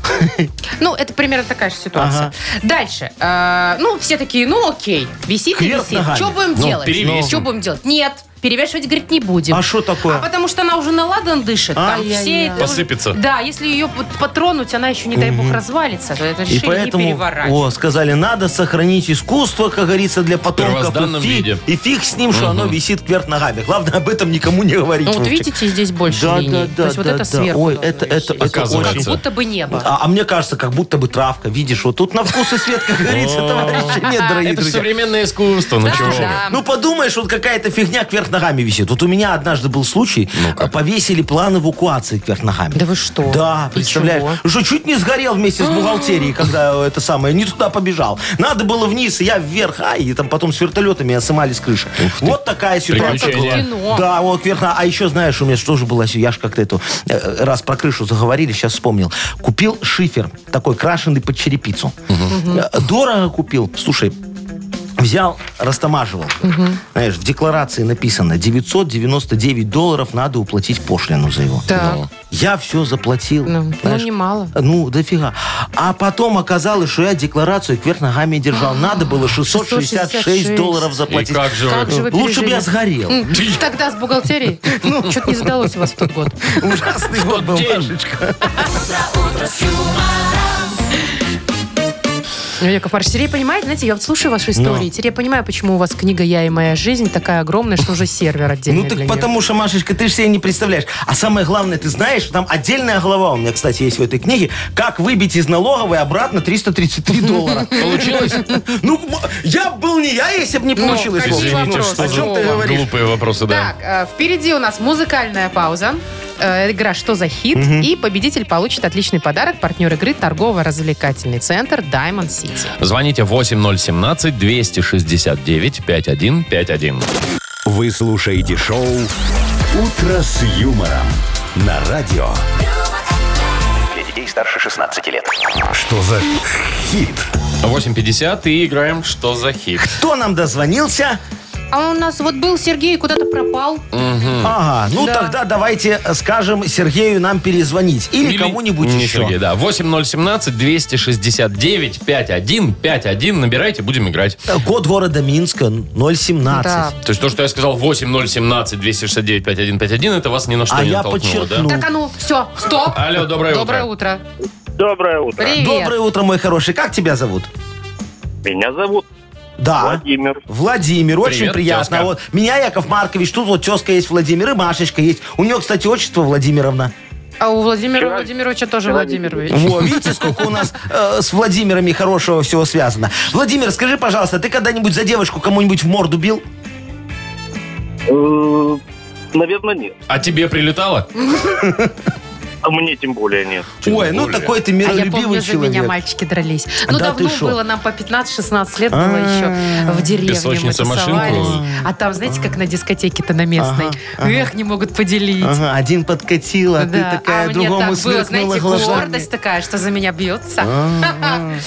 ну это примерно такая же ситуация. Ага. Дальше, Э, ну все такие, ну окей, висит и Кверх висит, ногами. что будем Ну, делать? перевесим. Что будем делать? Нет, перевешивать, говорит, не будем. А что такое? А потому что она уже на ладан дышит. Там Ай-яй-яй. все... Посыпется. Да, если ее вот потронуть, она еще, не дай бог, развалится. Это решили И не поэтому, переворачивать. о, сказали, надо сохранить искусство, как говорится, для потомков. первозданном И фиг, виде. и фиг с ним, что оно висит кверх ногами. Главное, об этом никому не говорить. Ну, вот Вовчик. видите, здесь больше Да, линий. да, То да, есть вот да, это да. сверху. Ой, должно это- это- висеть. это Как Оказывается. будто бы небо. А, а мне кажется, как будто бы травка, видишь, вот тут на вкус и свет, как говорится, товарищи, нет, дорогие Это же друзья. современное искусство, ну Да, чего вы. да. Ну, подумаешь, вот какая-то фигня кверх ногами висит. Вот у меня однажды был случай, э, как? повесили план эвакуации кверх ногами. Да вы что? Да, И представляешь? чего? Что чуть не сгорел вместе с бухгалтерией, когда э, это самое, не туда побежал. Надо было вниз, и я вверх, а, и там потом с вертолетами я сымали с крыши. Вот такая ситуация Приключения. была. Как в кино. Да, вот кверх нога- А еще знаешь, у меня тоже была, си- я же как-то эту, э, раз про крышу заговорили, сейчас вспомнил. Купил шифер, такой крашеный под черепицу. Э, Дорого купил. Слушай, Взял, растамаживал. Знаешь, в декларации написано 999 долларов надо уплатить пошлину за его. Так. Я все заплатил. Ну, ну, знаешь. немало. Ну, дофига. А потом оказалось, что я декларацию кверх ногами держал. А, Надо было 666 666 долларов заплатить. И как же Как вы- же вы Лучше бы пережили? я сгорел. М, Тогда с бухгалтерией? Ну, что-то не задалось у вас в тот год. Ужасный год был, день. Машечка. Ну, Яков Маркович, теперь я понимаю, знаете, я вот слушаю Ну. ваши истории, теперь я понимаю, почему у вас книга «Я и моя жизнь» такая огромная, что уже сервер отдельный Ну для так неё. потому что, Машечка, ты же себе не представляешь. А самое главное, ты знаешь, там отдельная глава у меня, кстати, есть в этой книге, как выбить из налоговой обратно 333 доллара. Получилось? Ну, м- я б был не я, если бы не получилось. какие Вовчик. Извините, Ну, вопросы? что О за чем ты говоришь? глупые вопросы, да. Так, э, впереди у нас музыкальная пауза. Э, Игра «Что за хит?» И победитель получит отличный подарок. Партнер игры торгово-развлекательный центр Diamond City. Звоните 8017-269-5151. Вы слушаете шоу «Утро с юмором» на радио. Для детей детей старше 16 лет. Что за хит? 8.50 и играем «Что за хит?». Кто нам дозвонился? А у нас вот был Сергей, куда-то пропал. Ага, ну Да. тогда давайте э, скажем Сергею нам перезвонить. Или, кому-нибудь Не еще. Сергей, да. 8017-269-5151. Набирайте, будем играть. Э, Код города Минска 017. Да. То есть то, что я сказал 8017-269-5151, это вас ни на что А не я натолкнуло, подчеркнул. да? Так, а ну, все, стоп. Алло, доброе утро. Доброе утро. Доброе утро. Привет. Доброе утро, мой хороший. Как тебя зовут? Меня зовут А? Да. Владимир. Владимир, очень Привет, приятно. тезка. Вот меня Яков Маркович, тут вот тезка есть Владимир и Машечка есть. У нее, кстати, отчество Владимировна. А у Владимира Вчера- Владимировича тоже вчера Владимирович. Во, видите, сколько у нас э, с Владимирами хорошего всего связано. Владимир, скажи, пожалуйста, ты когда-нибудь за девушку кому-нибудь в морду бил? Э, Наверное, нет. А тебе прилетало? А мне тем более нет. Ой, ну более. такой ты А я миролюбивый помню, за человек. А меня мальчики дрались. Ну, Да ты давно шо? А. было, нам по 15-16 лет было еще в деревне. мы Песочница, машинку? тусовались. А там, знаете, как на дискотеке-то на местной. Эх, не могут поделить. Ага, один подкатил, а ты Да, такая а мне другому так было, сверкнула знаете, глазами. гордость такая, что за меня бьется.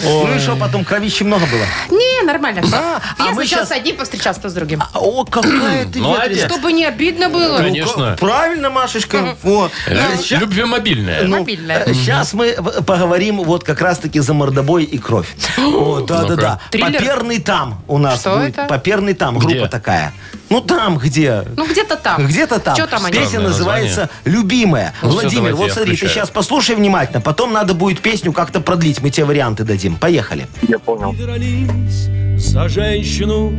Ну и что, потом кровищи много было? Не, нормально все. А, а я мы сначала щас- с одним повстречался, потом с другим. А, О, какая ты Молодец. ветреная. Чтобы не обидно было. Ну, Конечно. Э, как- Правильно, Машечка. Вот. Лю- Ща- Любвеобильное. Мобильная. Сейчас Ну, э, мы в- поговорим вот как раз-таки за мордобой и кровь. О, да, да, да. Триллер? Поперный там у нас Что будет. это? Поперный там, группа такая. Ну там где? Ну, где-то там. Где-то там. Что там они? Песня Странное называется «Любимая». Ну, всё, Владимир, давайте вот я смотри, ты включаю. сейчас послушай внимательно, потом надо будет песню как-то продлить, мы тебе варианты дадим. Поехали. Я понял. дрались за женщину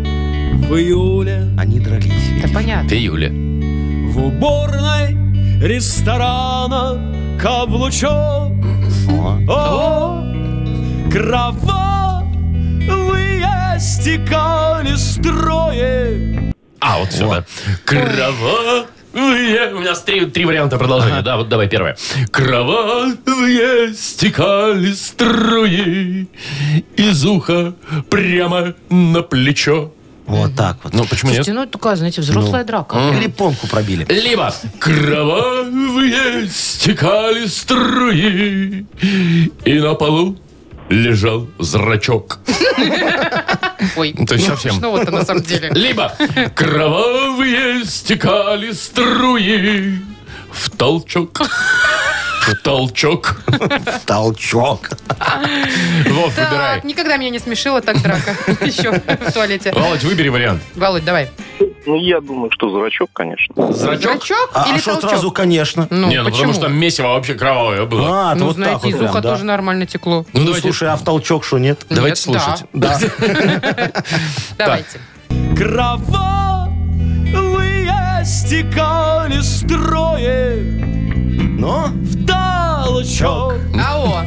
в июле Они дрались. Да понятно. В июле. В уборной ресторана каблучок О, кровавые стекали строи А, вот все, да. Кровавые. У нас три, три варианта продолжения. Да, вот давай первое. Кровавые стекали струи из уха прямо на плечо. Вот так вот. Ну, почему нет? Слушайте, ну, это такая, знаете, взрослая драка. Перепонку пробили. Либо кровавые стекали струи, и на полу лежал зрачок. Ой, То есть совсем. ну вот на самом деле. Либо кровавые стекали струи в толчок. В толчок. Э? Толчок. Вов, выбирай. А, Так, никогда меня не смешила так драка. Еще в туалете. Володь, выбери вариант. Володь, давай. Ну, я думаю, что зрачок, конечно. Зрачок? Зрачок А или что толчок? сразу, конечно. Ну, Не, ну потому почему? что там месиво вообще кровавое было. А, Ну, вот знаете, так вот из прям, уха да. тоже нормально текло. Ну, Ну, давайте- слушай, а в толчок что, нет? Давайте Нет, да. слушать. Да. Давайте. Кровавые стекали строи Но? В толчок, Ао,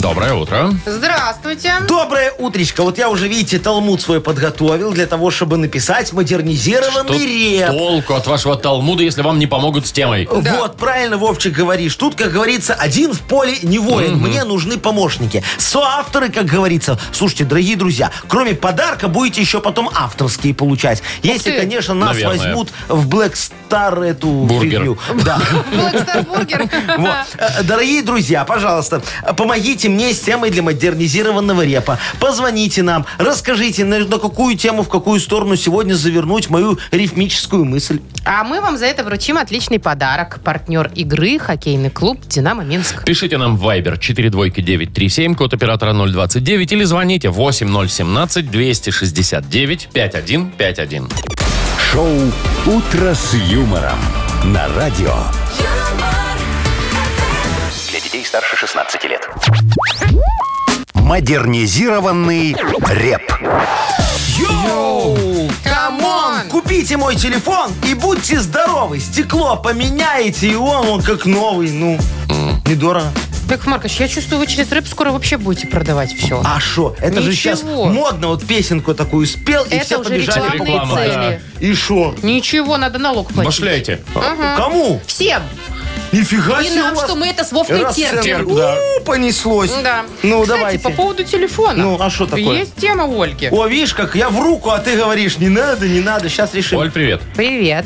Доброе утро. Здравствуйте. Доброе утречко. Вот я уже, видите, Талмуд свой подготовил для того, чтобы написать модернизированный Тут реп. толку от вашего Талмуда, если вам не помогут с темой? Вот, правильно, Вовчик, говоришь. Тут, как говорится, один в поле не воин. Мне нужны помощники. Соавторы, как говорится. Слушайте, дорогие друзья, кроме подарка будете еще потом авторские получать. Если, ты. конечно, нас Наверное. возьмут в Black Star эту Бургер. фигню. Да. Black Star Burger. Вот. Э, Дорогие друзья, пожалуйста, э, помогите мне с темой для модернизированного репа. Позвоните нам, расскажите, на, на какую тему, в какую сторону сегодня завернуть мою рифмическую мысль. А мы вам за это вручим отличный подарок. Партнер игры хоккейный клуб «Динамо Минск». Пишите нам в Viber 42937, код оператора 029, или звоните 8017-269-5151. Шоу «Утро с юмором» на радио. Для детей старше 16 лет. Модернизированный реп. Йоу! Камон! Купите мой телефон и будьте здоровы. Стекло поменяете, и он, он как новый. Ну, недорого. Яков Маркович, я чувствую, вы через рэп скоро вообще будете продавать все. А что? Это же сейчас Ничего. модно. Вот песенку такую спел, и Это все уже побежали. рекламные покупать. цели. И что? Ничего, надо налог платить. Башляйте. Кому? Всем. Нифига И себе нам, у вас что мы это с Вовкой расценка. терпим. Да. У, понеслось. Да. Ну, Кстати, давайте. по поводу телефона. Ну, а что такое? Есть тема у Ольги. О, видишь, как я в руку, а ты говоришь, не надо, не надо, сейчас решим. Оль, привет. Привет.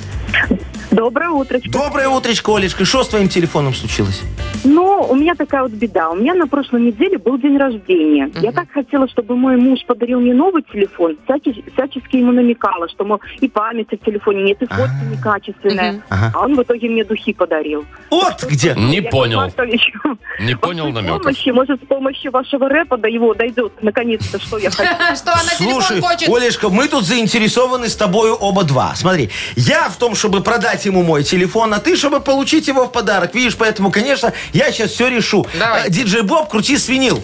Доброе утро. Доброе утречко, Олечка. Что с твоим телефоном случилось? Ну, у меня такая вот беда. У меня на прошлой неделе был день рождения. Я так хотела, чтобы мой муж подарил мне новый телефон. Всячески, всячески ему намекала, что, мол, и памяти в телефоне нет, А. и фотки некачественная. Ага. А он в итоге мне духи подарил. Вот где. Не Яков понял. Маркович, Не понял может, с намеков. помощью, может, с помощью вашего рэпа до его дойдет наконец-то, что я хочу. Что она Слушай, телефон хочет? Олечка, мы тут заинтересованы с тобою оба два. Смотри, я в том, чтобы продать ему мой телефон, а ты, чтобы получить его в подарок. Видишь, поэтому, конечно, я сейчас все решу. Давай. Э, Диджей Боб, крути свинил.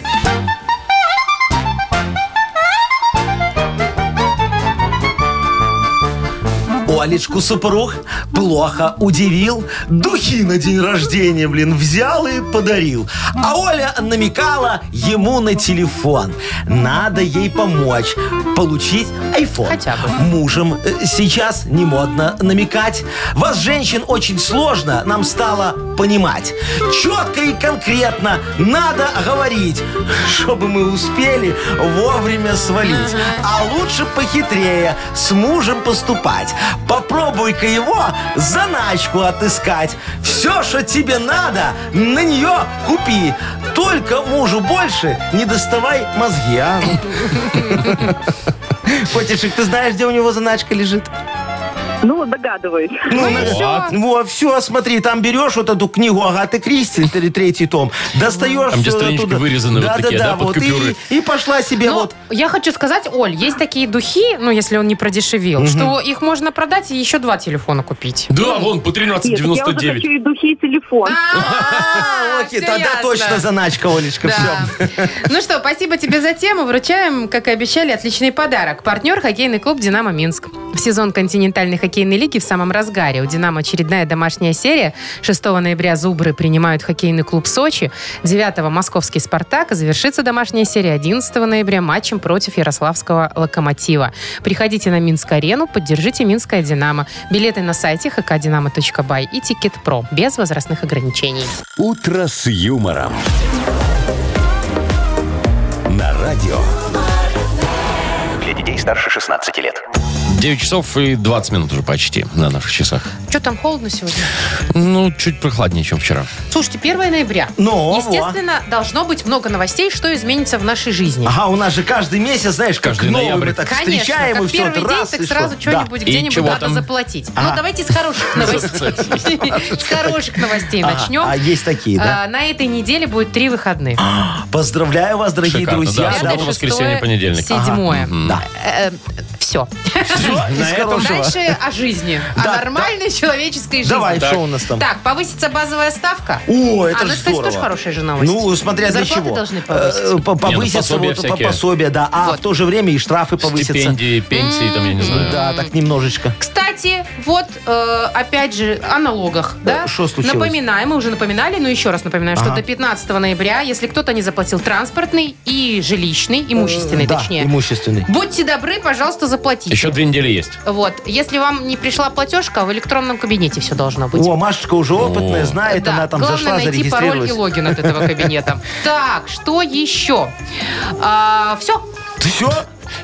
Олечку супруг плохо удивил. Духи на день рождения, блин, взял и подарил. А Оля намекала ему на телефон. Надо ей помочь получить iPhone. Хотя бы. Мужем э, сейчас не модно намекать. Вас, женщин, очень сложно нам стало понимать. Четко и конкретно надо говорить, чтобы мы успели вовремя свалить. А лучше похитрее с мужем поступать. Попробуй-ка его заначку отыскать. Все, что тебе надо, на нее купи. Только мужу больше не доставай мозги, а? Котишек, ты знаешь, где у него заначка лежит? Ну, догадываюсь. Ну, и всё. Во, все, смотри, там берешь вот эту книгу Агаты Кристи, тр- третий том, достаешь Там, где всё странички оттуда. вырезаны вот да, такие, да, да, под вот, купюры. и, и пошла себе Ну, вот. я хочу сказать, Оль, есть такие духи, ну, если он не продешевил, что их можно продать и еще два телефона купить. Да, вон, по Нет, я уже 1399. хочу и духи, и телефон. А, Окей, всё тогда ясно. точно заначка, Олечка, Да. все. Ну что, спасибо тебе за тему. Вручаем, как и обещали, отличный подарок. Партнер хоккейный клуб «Динамо Минск». Сезон континентальной хоккейной лиги в самом разгаре. У «Динамо» очередная домашняя серия. 6 ноября «Зубры» принимают хоккейный клуб «Сочи». 9 московский «Спартак». И Завершится домашняя серия 11 ноября матчем против Ярославского «Локомотива». Приходите на Минск-арену, поддержите «Минское Динамо». Билеты на сайте hkdinamo.by и «Тикет.Про» без возрастных ограничений. «Утро с юмором». На радио. Для детей старше 16 лет. 9 часов и 20 минут уже почти на наших часах. Что там, холодно сегодня? Ну, чуть прохладнее, чем вчера. Слушайте, 1 ноября. Ну, Естественно, должно быть много новостей, что изменится в нашей жизни. Ага, у нас же каждый месяц, знаешь, как Каждый новый ноябрь. мы так Конечно, встречаем как и все. первый день, раз, так и сразу что. Да. А. что-нибудь И где-нибудь чего надо там? заплатить. Ну, давайте с хороших новостей. С хороших новостей Ага, начнем. А есть такие, да? А, А, На этой неделе будет три выходных. Поздравляю вас, дорогие Шикарно, друзья. да, Да, суббота, вот воскресенье, понедельник. Седьмое. да. Э, э, все. Из На этом хорошего. Дальше о жизни. Да, О нормальной человеческой жизни. Давай, что у нас там? Так, повысится базовая ставка. О, А, это ну, же кстати, тоже здорово. хорошая же новость. Ну, смотря для Зарплаты чего. должны Э, повыситься. по- Повысятся ну, пособия вот по всякие. пособия, да. А Вот. в то же время и штрафы повысятся. Стипендии, пенсии, там, я не знаю. Да, так немножечко. Кстати, вот э, опять же о налогах, да? Э, что случилось? Напоминаем, мы уже напоминали, но еще раз напоминаю, что до 15 ноября, если кто-то не заплатил транспортный и жилищный, имущественный, Э, Да, точнее, имущественный. будьте добры, пожалуйста, заплатите. Еще две недели есть. Вот, если вам не пришла платежка, в электронном кабинете все должно быть. О, Машечка уже опытная, О. знает, Да, она там главное зашла, найти пароль и зарегистрировалась. логин от этого кабинета. Так, что еще? А, все. Все?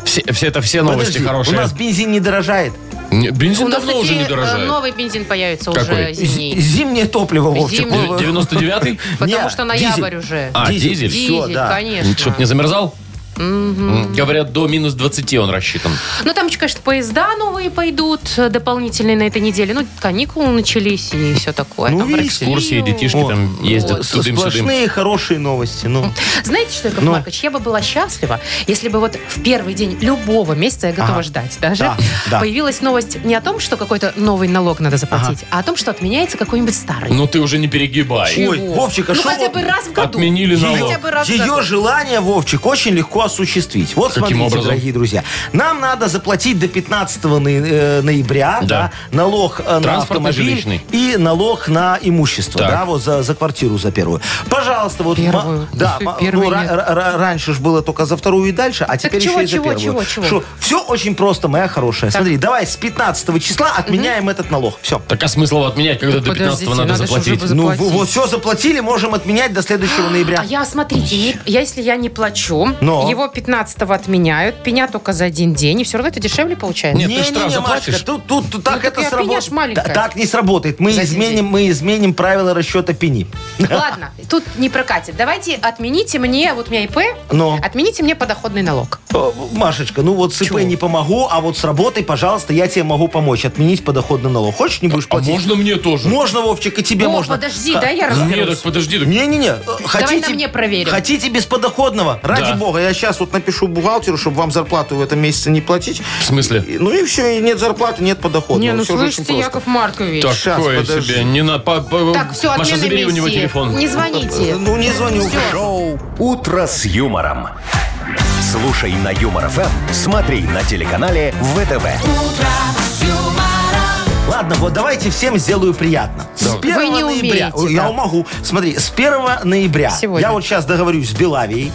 Все, все- это все новости Подожди, у хорошие. нас бензин не дорожает. Не, Бензин У нас, давно уже кстати, не э, дорожает. новый бензин появится Какой? уже З- зимний. Зимнее топливо, Вовчик. Зимнее. Вова. 99-й? Потому Не, что ноябрь дизель. уже. А, дизель? Дизель, Дизель, всё, да. конечно. Чтоб не замерзал? М, Говорят, до минус 20 он рассчитан. Ну, там же, конечно, поезда новые пойдут э, дополнительные на этой неделе. Ну, каникулы начались и все такое. Ну, Там в видите. Россию. Экскурсии, детишки Вот. там Вот, ездят тудым-сюдым. Сплошные хорошие новости. Ну, Знаете что, Яков Ну. Маркович, я бы была счастлива, если бы вот в первый день любого месяца, я готова Ага. ждать даже, Да, да. появилась новость не о том, что какой-то новый налог надо заплатить, а о том, что отменяется какой-нибудь старый. Ну ты уже не перегибай. Ой, Вовчик, а ну шо хотя вот бы раз в году. Отменили налог. Хотя бы раз в Ее году. желание, Вовчик, очень легко осуществить. Вот Каким смотрите, образом? дорогие друзья. Нам надо заплатить до 15 на- э, ноября Да. да, налог э, на Транспортный, автомобиль жилищный. и налог на имущество, Так. да, вот за, за квартиру за первую. Пожалуйста, вот Первую? ма- да, Ты ма- первой ну, ра- нет. ра- ра- раньше же было только за вторую и дальше, а теперь чего, еще и за чего, первую. чего, чего? все очень просто, моя хорошая. Смотри, давай с 15 числа отменяем этот налог. Все. Так а смысл его отменять, когда до 15 Подождите, надо надо же уже заплатить? бы Ну, заплатить. в- вот все заплатили, можем отменять до следующего ноября. А я, смотрите, не- я, если я не плачу, Но. его 15-го отменяют, пеня только за один день, и все равно это дешевле получается. Нет, ты штраф Не-не-не, заплатишь. Машечка, тут, тут, тут так Ну, так это и опеняшь сработает. маленькая. Та- Так не сработает. Мы За один день. изменим, мы изменим правила расчета пени. Ладно, тут не прокатит. Давайте отмените мне, вот у меня ИП, Но. отмените мне подоходный налог. Э, Машечка, ну вот с ИП не помогу, а вот с работой, пожалуйста, я тебе могу помочь отменить подоходный налог. Хочешь, не будешь А платить? можно мне тоже? Можно, Вовчик, и тебе О, можно. подожди, Ха- да, я Не, разберусь. так подожди. так- Не-не-не. э, Хотите, на мне проверим. Хотите без подоходного? Ради Да. бога, я сейчас вот напишу бухгалтеру, чтобы вам зарплату в этом месяце не платить. В смысле? И- Ну и все, и нет зарплаты, нет подоходного. Не, ну Всё же очень слышите, просто. Яков Маркович. Так, Щас, Такое подожди. себе. Не на... по- по- все, отмена Маша, забери у него миссии. телефон. Не звоните. Ну не звоню. Шоу «Утро с юмором». Слушай на Юмор ФМ, смотри на телеканале ВТВ. Ладно, вот давайте всем сделаю приятно. С 1 Вы не ноября. умеете, я да. могу. Смотри, с 1 ноября Сегодня. Ну. я вот сейчас договорюсь с Белавией,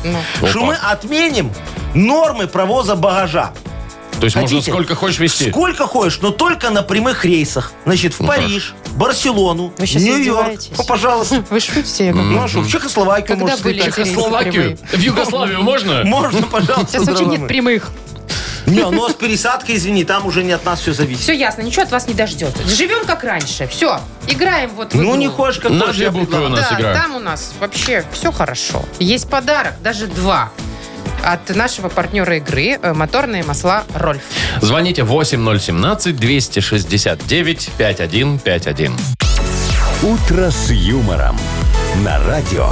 что Опа. мы отменим нормы провоза багажа. То есть можно Хотите? сколько хочешь вести. Ну Сколько хочешь, но только на прямых рейсах. Значит, в Париж, Барселону, Вы щас Нью-Йорк. издеваетесь? О, пожалуйста. Вы шутите, Яков Ну а что, в Чехословакию Когда может были слетать. эти рейсы Словакию? прямые? В Югославию можно? Можно, пожалуйста. Сейчас очень дорогой нет мой. прямых. Не, но с пересадкой, извини, там уже не от нас все зависит. Все ясно, ничего от вас не дождется. Живем как раньше. Все, играем вот в Ну игру. не хочешь, как На хочешь, две я буквы предлагаю. у нас да, играют. там у нас вообще все хорошо. Есть подарок, даже два. От нашего партнера игры э, моторные масла Рольф. Звоните 8017-269-5151. «Утро с юмором» на радио.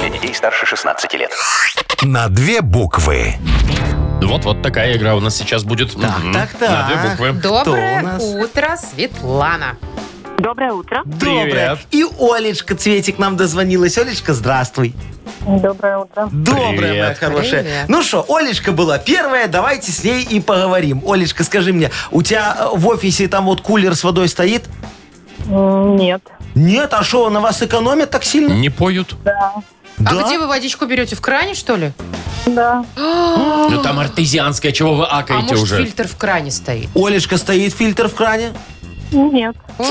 Для детей старше 16 лет. На две буквы. Вот, вот такая игра у нас сейчас будет. Мгм. так, На две так. буквы. Доброе у нас? утро, Светлана. Доброе утро. Доброе. Привет. И Олечка Цветик нам дозвонилась. Олечка, здравствуй. Доброе утро. Добрая, Привет. моя хорошая. Привет. Ну что, Олечка была первая, давайте с ней и поговорим. Олечка, скажи мне, у тебя э, в офисе там вот кулер с водой стоит? М, Нет. Нет, а что, на вас экономят так сильно? Не поют. А где вы водичку берете? В кране, что ли? Да. Ну там артезианская, чего вы а акаете может, уже? фильтр в кране стоит? Олечка, стоит фильтр в кране? Нет. Не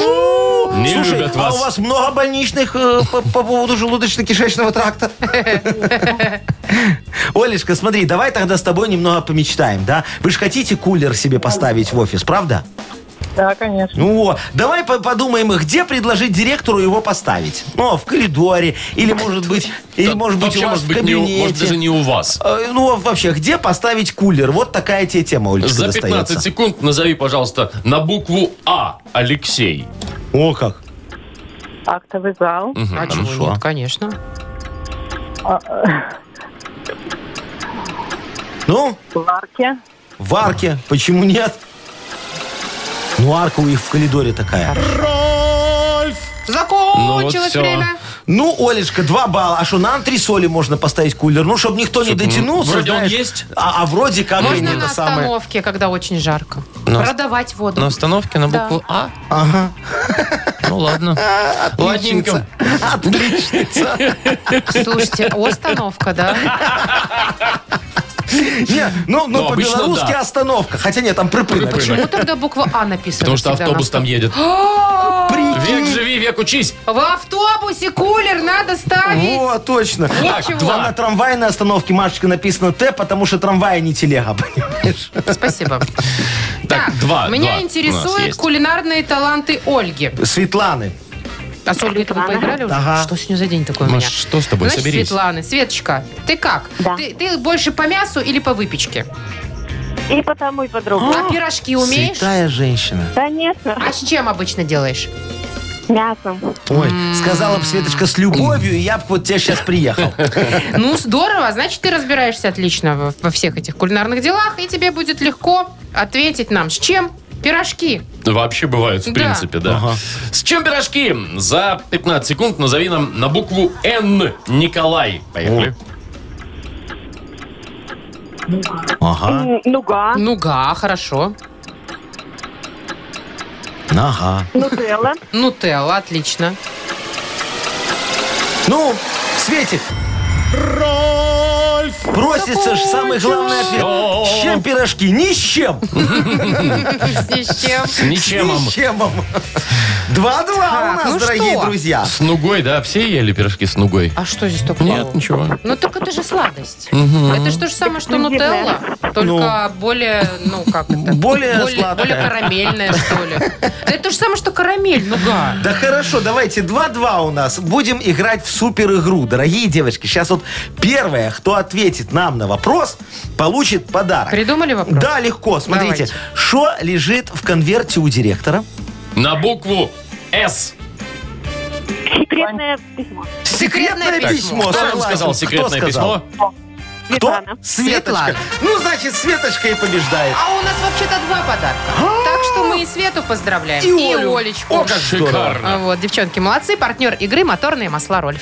Слушай, любят а вас. у вас много больничных э, по, по поводу желудочно-кишечного тракта? Олечка, смотри, давай тогда с тобой немного помечтаем, да? Вы же хотите кулер себе поставить в офис, правда? Да, конечно. Ну, во. давай по- подумаем, где предложить директору его поставить. Ну, в коридоре, или, может быть, или, Да, может быть, у вообще, вас может в быть, не у- Может, даже кабинете. не у вас. Э, Ну, вообще, где поставить кулер? Вот такая тебе тема, Олечка, За 15 достается. секунд назови, пожалуйста, на букву А Алексей. О, как. Актовый зал. а чего хорошо. нет, конечно. Ну, В арке. в арке. Почему нет? Ну, арка у них в коридоре такая. Закончилось Ну вот всё. время. Ну, Олечка, два балла. А что, на антресоли можно поставить кулер? Ну, чтобы никто не дотянулся. вроде он знаешь. есть. А, а вроде как и не Можно на это самое. остановке, когда очень жарко. Продавать воду. На остановке на Да. букву А? Ага. Ну ладно. А, Ладненько. Слушайте, остановка, да? Не, ну, ну, Ну, обычно по-белорусски да. остановка. Хотя нет, там прыпы написано. Почему тогда буква А написана? Потому что всегда на автобус там авто- едет. Век живи, век учись. В автобусе кулер надо ставить. Во, точно. Так, чего? Там два. на трамвайной остановке, Машечка, написано Т, потому что трамвай, а не телега, понимаешь? Спасибо. Так, два, Меня два у нас интересуют есть. кулинарные таланты Ольги. Светланы. А с Ольгой-то вы поиграли уже? Ага. Что с ней за день такой у Маш, меня? что с тобой? Значит, Соберись. Светлана, Светочка, ты как? Да. Ты, ты больше по мясу или по выпечке? И по тому, и по другому. А пирожки умеешь? Святая женщина. Конечно. А с чем обычно делаешь? С мясом. Ой, сказала бы Светочка с любовью, и я бы вот тебя сейчас приехал. Ну, здорово, значит, ты разбираешься отлично во, во всех этих кулинарных делах, и тебе будет легко ответить нам, с чем пирожки. Вообще бывают, в Да. принципе, да. С чем пирожки? За 15 секунд назови нам на букву Н Николай. Поехали. Ага, М, А? Нуга, Нуга, Ну хорошо. ага. нутелла, Нутелла, отлично. Ну, Светик. Просится ж самое главное ответ. С чем пирожки? Ни с чем. С чем? С ничем. Ни с чем. Два-два у Так, ну нас, дорогие что? друзья. С нугой, да? Все ели пирожки с нугой? А что здесь такого? Нет, ничего. Ну так это же сладость. Это же то же самое, что нутелла, только более, ну как это? Более сладкая. Более карамельная, что ли. Это то же самое, что карамель, ну, нуга. Да хорошо, давайте 2-2 у нас. Будем играть в супер игру. Дорогие девочки, сейчас вот первое, кто ответит нам на вопрос, получит подарок. Придумали вопрос? Да, легко. Смотрите, Давайте. что лежит в конверте у директора? На букву С. секретное письмо. Секретное письмо. Кто нам согласен. сказал секретное Кто сказал? письмо? Кто? Светлана. Светочка. Светлана. Ну, значит, Светочка и побеждает. А у нас вообще-то два подарка. Так что мы и Свету поздравляем, И и Олю. Олечку. О, как здорово. Шикарно. А Вот, девчонки, молодцы. Партнер игры «Моторные масла Рольф».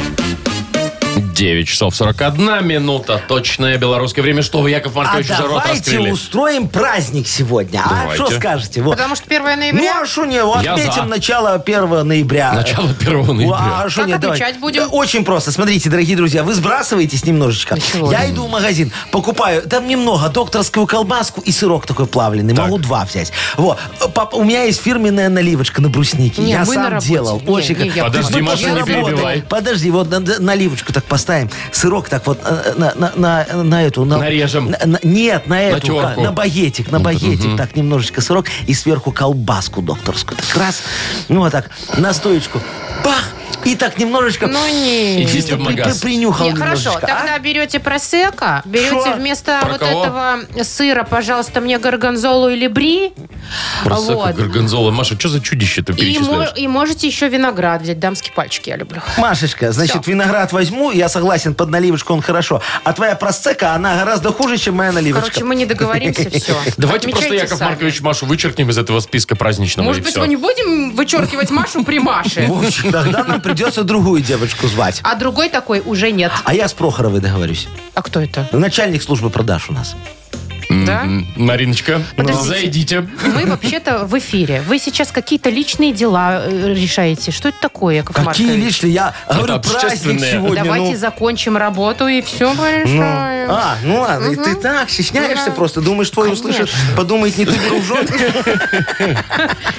9 часов 41 минута. Точное белорусское время. Что вы, Яков А Маркович, уже рот давайте раскрыли? устроим праздник сегодня. А Давайте. что скажете? Вот. Потому что 1 ноября. Ну, а что не, вот Я за. отметим начало 1 ноября. Начало 1 ноября. А шо Как нет, отмечать давайте. будем? Да, Очень просто. Смотрите, дорогие друзья, вы сбрасываетесь немножечко. Ничего Я себе. иду в магазин, покупаю там немного докторскую колбаску и сырок такой плавленый. Могу два взять. Вот. Пап, у меня есть фирменная наливочка на бруснике. Не, я мы на сам работе. делал. Не, Очень не, как- я Подожди, Ну, Маша, я не работаю. перебивай. Подожди, вот на- на- наливочку так поставим. Сырок так вот э, на, на- на- на эту... На, Нарежем. на- на- нет, на эту. терку. На, багетик, на багетик. Так немножечко сырок и сверху колбаску докторскую. Так раз, ну вот так, настоечку. Бах! И так немножечко... Ну, не. Идите в При- при- магаз. Принюхал Не, хорошо, немножечко, а? тогда берете просека, берете Шо? вместо Про вот кого? этого сыра, пожалуйста, мне горгонзолу или бри, Просека, вот. горгонзола. Маша, что за чудище ты и, мо- перечисляешь? и можете еще виноград взять, дамские пальчики я люблю. Машечка, значит, Всё. виноград возьму, я согласен, под наливочку он хорошо. А твоя просцека, она гораздо хуже, чем моя наливочка. Короче, мы не договоримся, все. Давайте просто, Яков Маркович, Машу вычеркнем из этого списка праздничного. Может и быть, всё. мы не будем вычеркивать Машу при Маше? В общем, тогда нам придется другую девочку звать. А другой такой уже нет. А я с Прохоровой договорюсь. А кто это? Начальник службы продаж у нас. М-м. Да? М, Мариночка, Подождите. зайдите. Мы вообще-то в эфире. Вы сейчас какие-то личные дела э, решаете. Что это такое, Яков Какие Маркович? лишние? Я говорю, праздник общественные. сегодня. Давайте ну. закончим работу и все Ну. порешаем. А, ну ладно, и ты так стесняешься просто, думаешь, твой услышит, подумает, не ты беру в жопу.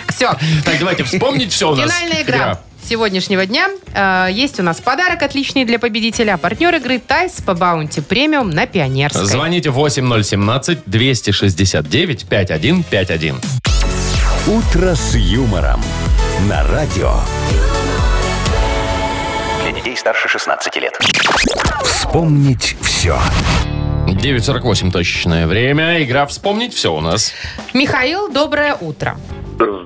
Все. Так, давайте вспомнить все у нас. Финальная игра. Сегодняшнего дня Э, есть у нас подарок отличный для победителя. Партнер игры Тайс по баунти премиум на Пионерской. Звоните 8017-269-5151. «Утро с юмором» на радио. Для детей старше 16 лет. Вспомнить все. 9.48 точечное время. Игра «Вспомнить все» у нас. Михаил, доброе утро.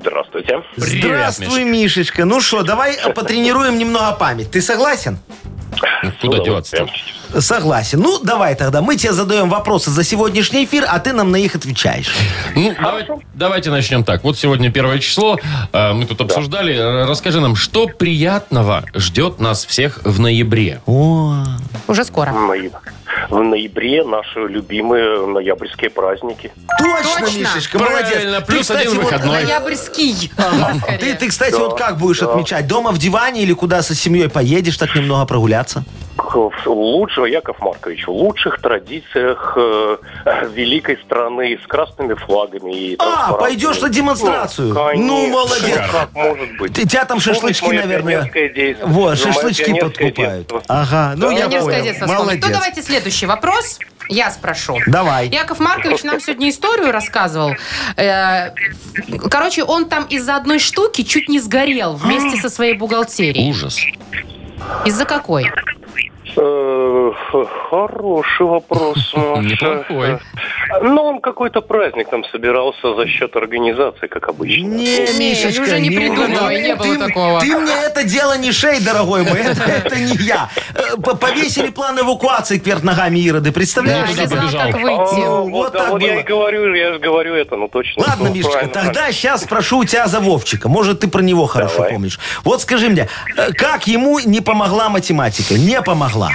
Здравствуйте. Привет, Здравствуй, Мишечка. Ну что, давай э, потренируем немного память. Ты согласен? Ну, Куда деваться-то? Согласен. Ну, давай тогда. Мы тебе задаем вопросы за сегодняшний эфир, а ты нам на них отвечаешь. Ну, давай- давайте начнем так. Вот сегодня первое число. э, Мы тут обсуждали. Э, Расскажи нам, что приятного ждет нас всех в ноябре? О, Уже скоро. В ноябре наши любимые ноябрьские праздники. точно, Точно. Мишечка, Правильно, молодец. Ты, плюс кстати, один вот- выходной. Ноябрьский. Ты, Скорее. ты, кстати, вот как будешь отмечать? Дома в диване или куда со семьей поедешь, так немного прогуляться? Лучшего, Яков Маркович, в лучших традициях э, великой страны с красными флагами. И А, транспарантами. пойдешь на демонстрацию? Ну, конечно. Ну, молодец. Как может быть? Ты, тебя там шашлычки, моё наверное. пионерское детство. Вот, Ну, моё шашлычки пионерское подкупают. детство. Ага, ну я Пионерское детство вспомнил. понял. Ну, Молодец. давайте следующий вопрос. Я спрошу. Давай. Яков Маркович нам сегодня историю рассказывал. Э, Короче, он там из-за одной штуки чуть не сгорел вместе со своей бухгалтерией. Ужас. Из-за какой? Э, х- Хороший вопрос. Неплохой. Ну, он какой-то праздник там собирался за счет организации, как обычно. Не, Не, Мишечка, уже не придумывай, не было ты, такого. Ты мне это дело не шей, дорогой мой, это, это не я. Э, п- Повесили план эвакуации кверх ногами Ироды, Да, представляешь? туда не знал, побежал. как А, выйти. вот вот, да, так вот я было. и говорю, я же говорю это, ну точно. Ладно, Ну, Мишечка, правильно, тогда сейчас спрошу у тебя за Вовчика. Может, ты про него хорошо Давай. помнишь. Вот скажи мне, э, как ему не помогла математика? Не помогла.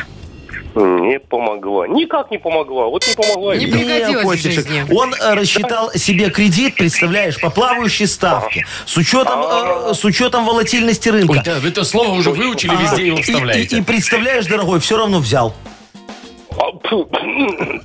правильно. Не помогла. Никак не помогла. Вот не помогла. и Не всё. при- Пригодилась в котичек. жизни. Он э, рассчитал себе кредит, представляешь, по плавающей ставке. С учетом, э, с учетом волатильности рынка. Ой, да, вы это слово уже выучили, А, везде его и- вставляете. И, и представляешь, дорогой, все равно взял. А, пф,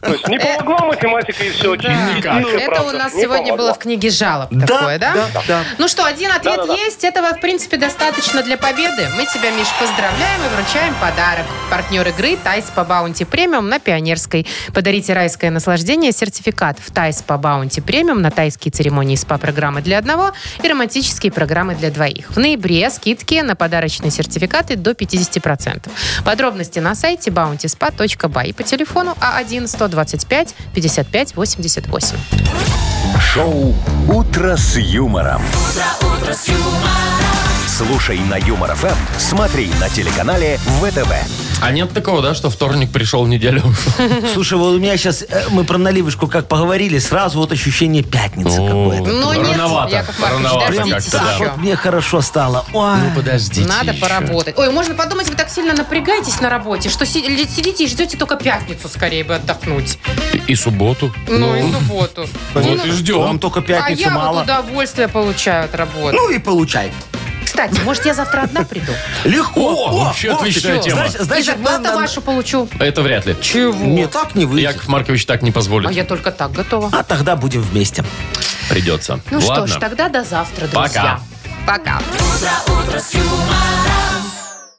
То есть не помогла математика и все. Никак. Ну, Это у Ну, нас сегодня было в книге жалоб такое, да? да, да. Ну что, один ответ есть. Этого, в принципе, достаточно для победы. Мы тебя, Миш, поздравляем и вручаем подарок. Партнер игры «Тайс по баунти премиум» на Пионерской. Подарите райское наслаждение, сертификат в «Тайс по баунти премиум» на тайские церемонии СПА-программы для одного и романтические программы для двоих. В ноябре скидки на подарочные сертификаты до 50%. Подробности на сайте bountyspa.by и по телефону А А1-125-55-88. Шоу «Утро с юмором». Слушай на Юмор ФМ, смотри на телеканале ВТВ. А нет такого, да, что вторник пришел в неделю? Слушай, вот у меня сейчас, мы про наливочку как поговорили, сразу вот ощущение пятницы какое-то. Ну нет, Рановато. Яков Маркович, Рановато дождитесь как-то, да. еще. Вот мне хорошо стало. Ой. Ну, подождите Надо поработать. Ой, можно подумать, вы так сильно напрягаетесь на работе, что си- ли- сидите и ждете только пятницу скорее бы отдохнуть. И субботу. Ну, и субботу. Вот и Вам ждем. ну, только А пятницу я вот мало. удовольствие получаю от работы. Ну и получай. Кстати, может, я завтра одна приду? Легко. О, вообще отличная Вовчик, тема. знаешь- И Значит, мы зарплату на- вашу получу. Это вряд ли. Не, Чего? так не выйдет. Яков Маркович так не А позволит. я только так готова. А тогда будем вместе. Придется. Ну что ж, Ладно. тогда до завтра, друзья. Пока. Пока. Утро с юмором.